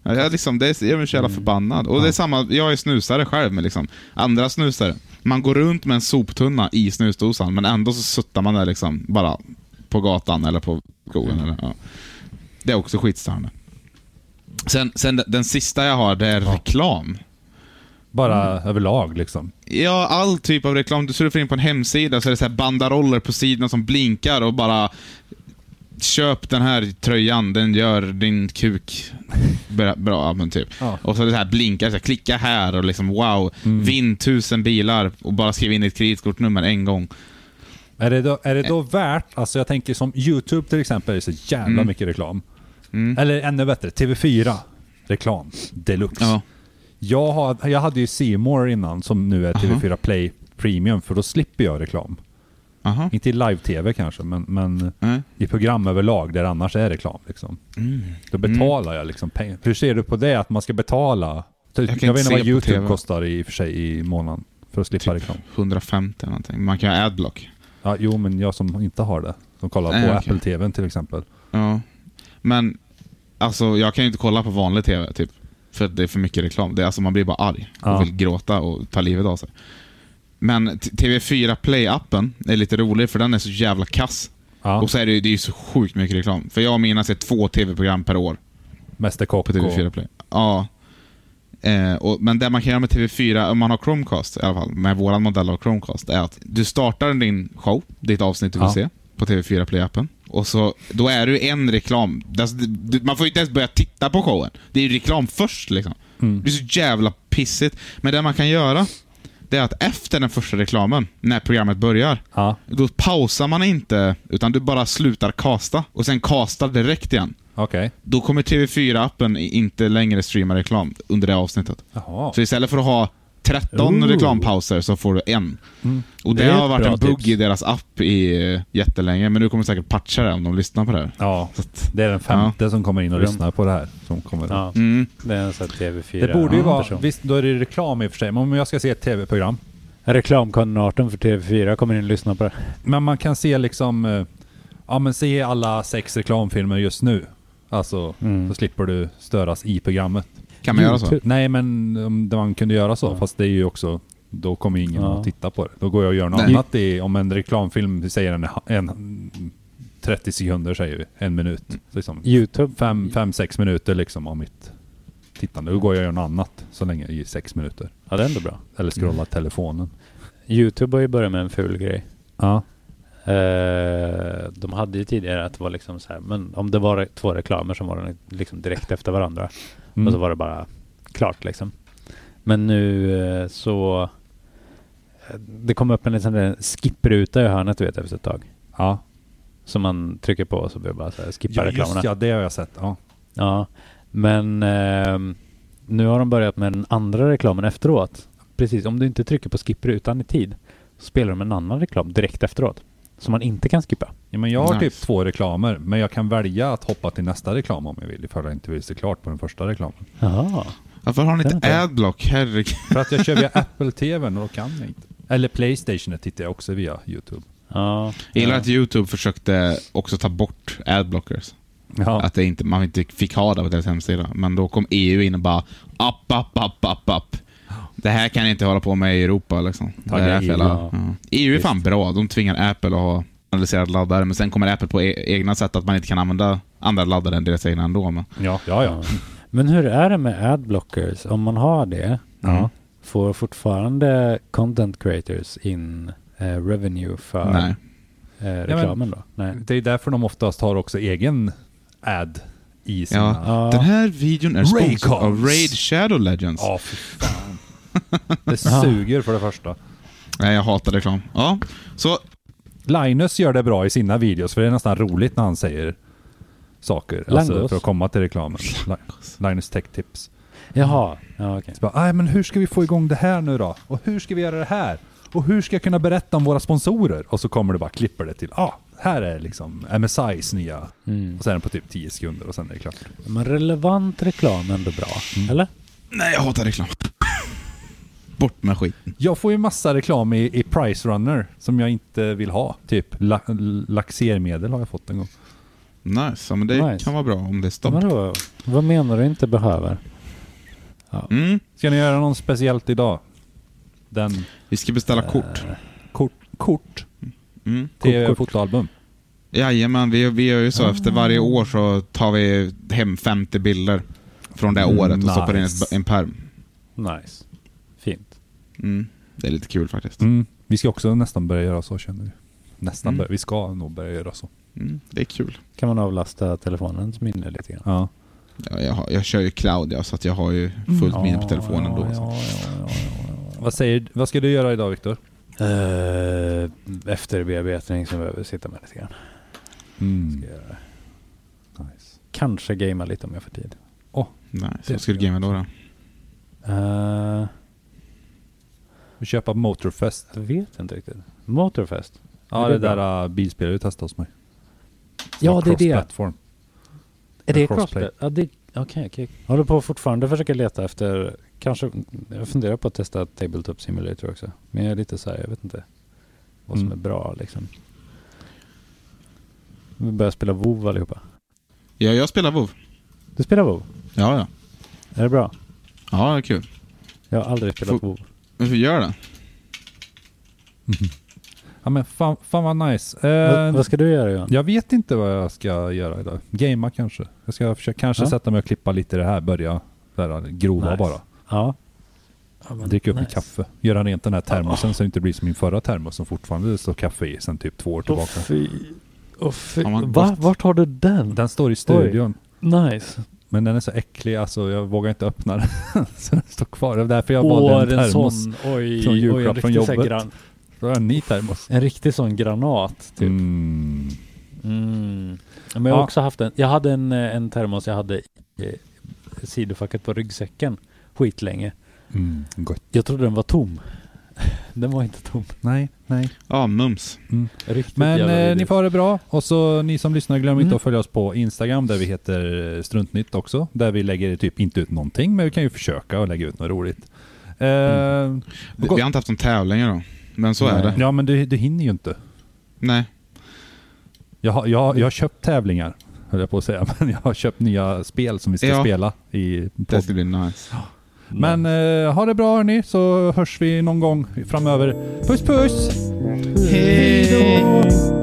S1: Ja, Jag, liksom, det är, jag blir så jävla förbannad. Och det är samma, jag är snusare själv med liksom andra snusare. Man går runt med en soptunna i snusdosan men ändå så suttar man där liksom bara på gatan eller på skogen. Eller, ja. Det är också skitstörande. Sen, sen den sista jag har, det är reklam.
S2: Bara
S1: Mm.
S2: överlag liksom.
S1: Ja, all typ av reklam. Du surfar in på en hemsida så är det så här bandaroller på sidan som blinkar och bara Köp den här tröjan, den gör din kuk bra, bra ja, men typ.
S2: Ja.
S1: Och så är det så här blinkar, så här, klicka här och liksom wow, vinn tusen bilar och bara skriv in ditt kreditkortnummer en gång.
S2: Är det, då, är det
S1: Eh.
S2: då värt, alltså jag tänker som YouTube till exempel, är det så jävla
S1: Mm.
S2: mycket reklam. Eller ännu bättre, TV4. Reklam. Deluxe.
S1: Ja.
S2: Jag, har, jag hade ju C More innan som nu är TV4 Play Premium för då slipper jag reklam.
S1: Aha.
S2: Inte i live-tv kanske men, men
S1: Nej.
S2: i program överlag där annars är reklam. Liksom.
S1: Mm.
S2: Då betalar jag liksom pengar. Hur ser du på det att man ska betala? Typ,
S1: kan
S2: jag vet
S1: inte
S2: inte vad
S1: se på Typ.
S2: YouTube
S1: TV.
S2: kostar i, i och för sig i månaden för att slippa reklam.
S1: 150 eller någonting. Man kan ha adblock.
S2: Ja, jo men jag som inte har det. Som kollar
S1: Nej,
S2: på
S1: okej.
S2: Apple TVn till exempel.
S1: Ja. Men, alltså jag kan ju inte kolla på vanlig TV typ. För att det är för mycket reklam. Det är, alltså, man blir bara arg och
S2: Ja.
S1: vill gråta och ta livet av sig. Men t- TV4 Play-appen är lite rolig för den är så jävla kass.
S2: Ja,
S1: Och så är det, ju- det är ju så sjukt mycket reklam. För jag och mina ser två TV-program per år
S2: Mästerkock
S1: på TV4
S2: och...
S1: Play. Ja. Eh, och, men det man kan göra med TV4, om man har Chromecast i alla fall, med vår modell av Chromecast, är att du startar din show, ditt avsnitt du vill
S2: Ja.
S1: se, på TV4 Play-appen. Och så, då är det ju en reklam. Alltså, du- du- Man får ju inte ens börja titta på showen. Det är ju reklam först liksom. Det är så jävla pissigt. Men det man kan göra, det är att efter den första reklamen, när programmet börjar,
S2: Ja,
S1: då pausar man inte, utan du bara slutar kasta. Och sen kastar direkt igen.
S2: okej.
S1: Då kommer TV4-appen inte längre streama reklam under det avsnittet.
S2: Jaha.
S1: Så istället för att ha 13
S2: Ooh. Mm.
S1: reklampauser så får du en. Och det,
S2: Det är
S1: har
S2: ett
S1: varit
S2: bra
S1: en bugg
S2: tips.
S1: i deras app i eh, jättelänge, men nu kommer de säkert patcha det om de lyssnar på det här.
S2: Ja, det är den femte som kommer in och
S3: De-
S2: lyssnar på det här. Som kommer.
S3: ja.
S1: Mm.
S3: Det är en sån här TV4.
S2: Det borde ju vara,
S3: person.
S2: visst då är det reklam i och för sig, men om jag ska se ett tv-program.
S3: Reklamkoordinatorn för TV4 kommer in och lyssnar på det.
S2: Men man kan se liksom, eh, ja men se alla sex reklamfilmer just nu. Alltså,
S3: Mm.
S2: så slipper du störas i programmet.
S1: Kan man göra så?
S3: YouTube.
S2: Nej men om det- man kunde göra så, fast det är ju också, då kommer ju ingen
S3: Ja.
S2: att titta på det. Då går jag och gör något
S1: Nej.
S2: annat i, om en reklamfilm, vi säger en, en 30 sekunder säger vi, en minut.
S3: Mm.
S2: Så liksom,
S3: Youtube.
S2: fem, fem, sex minuter liksom av mitt tittande. Då går jag och gör något annat så länge i sex minuter.
S3: Ja, det är ändå bra.
S2: Eller scrollar telefonen.
S3: Youtube har ju börjat med en ful grej.
S2: Ja.
S3: Eh, Eh, de hade ju tidigare att det var liksom så här, men om det var två reklamer så var de liksom direkt efter varandra.
S2: Mm.
S3: Och så var det bara klart liksom. Men nu eh, så... eh, Det kom upp en sån där skippruta i hörnet du vet efter ett tag.
S2: Ja.
S3: Som man trycker på och så blir det bara så här, skippa
S2: Ja,
S3: reklamerna.
S2: just ja, det har jag sett. Ja.
S3: Ja, men ehm, nu har de börjat med den andra reklamen efteråt. Precis, om du inte trycker på skipprutan i tid så spelar de en annan reklam direkt efteråt. Som man inte kan skippa.
S2: Ja, men jag har typ
S1: Nice.
S2: två reklamer, men jag kan välja att hoppa till nästa reklam om jag vill, ifall jag inte vill se klart på den första reklamen.
S3: Jaha.
S1: Varför har ni
S3: Det vet
S1: inte
S3: jag.
S1: Adblock? Herregud.
S2: För att jag kör via Apple TV och då kan jag inte. Eller Playstation tittar jag också via YouTube.
S3: Ja.
S1: Jag gillar
S3: ja.
S1: att YouTube försökte också ta bort Adblockers.
S2: Ja,
S1: Att det inte, man inte fick ha det på deras hemsida. Men då kom EU in och bara app, app, app, app, app. Det här kan ni inte hålla på med i Europa liksom. Det
S3: Tagga
S1: är därför
S3: EU,
S1: alla-
S3: ja.
S1: ja. EU är fan bra. De tvingar Apple att ha analyserad laddare, men sen kommer Apple på e egna sätt att man inte kan använda andra laddare än deras egna ändå. Men
S2: ja, ja. ja.
S3: Ja. Men hur är det med adblockers? Om man har det,
S2: Ja.
S3: får fortfarande content creators in eh, revenue för
S1: nej.
S3: eh, reklamen då? Nej.
S2: Det är därför de oftast har också egen ad i sina...
S1: Ja.
S3: Ja.
S1: Den här videon är
S2: Raycons.
S1: sponsrad av Raid Shadow Legends.
S2: Ja, fy fan. Det suger för det första.
S1: Nej, jag hatar reklam. Ja, så
S2: Linus gör det bra i sina videos, för det är nästan roligt när han säger saker. Alltså
S3: Langos.
S2: för att komma till reklamen. Li- Linus Tech Tips.
S3: Jaha, ja, okej.
S2: Så bara, "Aj, men hur ska vi få igång det här nu då? Och hur ska vi göra det här? Och hur ska jag kunna berätta om våra sponsorer? Och så kommer det bara, klipper det till, ah, här är liksom MSI's nya.
S3: Mm.
S2: Och sen är det på typ 10 sekunder och sen är det klart.
S3: Men relevant reklam är ändå bra, eller?
S1: nej, jag hatar reklam. Bort med skiten.
S2: Jag får ju massa reklam i, i Price Runner som jag inte vill ha. Typ la, laxermedel har jag fått en gång.
S1: Nice, ja, men det
S3: Nice.
S1: kan vara bra om det är stopp.
S3: Vadå? Vad menar du inte behöver?
S1: Mm.
S2: Ska ni göra något speciellt idag? Den
S1: Vi ska beställa kort.
S2: kort, kort
S1: Mm.
S2: till fotoalbum.
S1: Jajamän, vi, vi gör ju så. Efter varje år så tar vi hem 50 bilder från det
S2: Nice.
S1: året och stoppar in ett, en perm.
S3: Nice. Fint.
S1: Mm. Det är lite kul faktiskt.
S2: Mm. Vi ska också nästan börja göra så känner vi. Nästan
S1: Mm.
S2: börja, vi ska nog börja göra så.
S1: Mm. Det är kul.
S3: Kan man avlasta telefonens minne lite grann?
S2: Ja.
S1: Ja, jag, har, jag kör ju cloud ja, så att jag har ju fullt minne på telefonen då. alltså. Så.
S2: Vad, säger, vad ska du göra idag Viktor?
S3: Eh, efterbearbetning som jag behöver sitta med lite grann.
S2: Mm.
S3: Ska jag göra.
S2: Nice.
S3: Kanske gamea lite om jag får tid.
S1: Nej, så
S3: Det
S1: vad ska du
S3: ska jag
S1: gamea då? då?
S3: Eh,
S2: Vi köper Motorfest.
S3: jag vet inte riktigt. Motorfest?
S2: Ja,
S3: det
S2: det,
S3: är bra.
S2: där uh, bilspelet du testade hos mig.
S3: Ja, det är det.
S2: Cross-platform.
S3: Är det
S2: Crossplay.
S3: crossplay? Ja, det... Okej, okej. Jag Håller på fortfarande försöker leta efter... Kanske... Jag funderar på att testa Tabletop Simulator också. Men jag är lite så här, jag vet inte vad som
S2: Mm.
S3: är bra liksom. Vi börjar spela WoW allihopa.
S1: Ja, jag spelar WoW.
S3: Du spelar WoW?
S1: Ja, ja.
S3: Är det bra?
S1: Ja, det är kul.
S3: Jag har aldrig spelat
S1: Får-
S3: WoW.
S1: Men vi gör det.
S2: Ja men fan, fan vad nice.
S3: Vad,
S2: Eh,
S3: vad ska du göra Johan?
S2: Jag vet inte vad jag ska göra idag. Gamea kanske. Jag ska försöka, kanske
S3: Ja.
S2: sätta mig och klippa lite det här. Börja där, äh, grova
S3: Nice.
S2: bara.
S3: Ja. Ja, men
S2: Dricka upp
S3: nice.
S2: med kaffe. Göra rent den här termosen så det inte blir som min förra termos som fortfarande står kaffe i sen typ två år
S3: Åh
S2: tillbaka.
S3: fy. Åh fy.
S1: Ja, man-
S3: Va? Vart har du den?
S2: Den står i studion.
S3: Nice.
S2: Men den är så äcklig alltså, jag vågar inte öppna den. så den står kvar. Det är därför jag
S3: Åh,
S2: valde
S3: en,
S2: en termos.
S3: sån. Oj,
S2: som
S3: oj, en
S2: julklapp från
S3: riktig, så här
S2: jobbet.
S3: gran,
S2: Då har jag en ny termos.
S3: en riktig sån granat. Typ.
S2: Mm.
S3: Mm. Men jag har
S2: Ja.
S3: också haft en. Jag hade en, eh, en termos jag hade i eh, sidofacket på ryggsäcken skitlänge.
S2: Mm. Gott.
S3: Jag trodde den var tom. Den var inte tom.
S2: Nej, nej.
S1: Ja, mums.
S3: Riktigt
S2: Men
S3: jävla
S2: eh,
S3: vidrigt.
S2: ni får ha det bra. Och så ni som lyssnar, glöm inte
S3: Mm.
S2: att följa oss på Instagram där vi heter eh, Struntnytt också. Där vi lägger typ inte ut någonting, men vi kan ju försöka och lägga ut något roligt. Eh,
S1: Vi vi har inte haft någon tävling då. Men så är
S3: Nej.
S1: det.
S2: Ja, men du, du hinner ju inte.
S1: Nej.
S2: Jag, har- jag, jag har köpt tävlingar, höll jag på att säga. Men jag har köpt nya spel som vi ska
S1: Ja.
S2: spela i
S1: Det
S2: podden.
S1: ska bli nice.
S2: Men eh, ha det bra hörni, så hörs vi någon gång framöver. Puss puss! Hej då!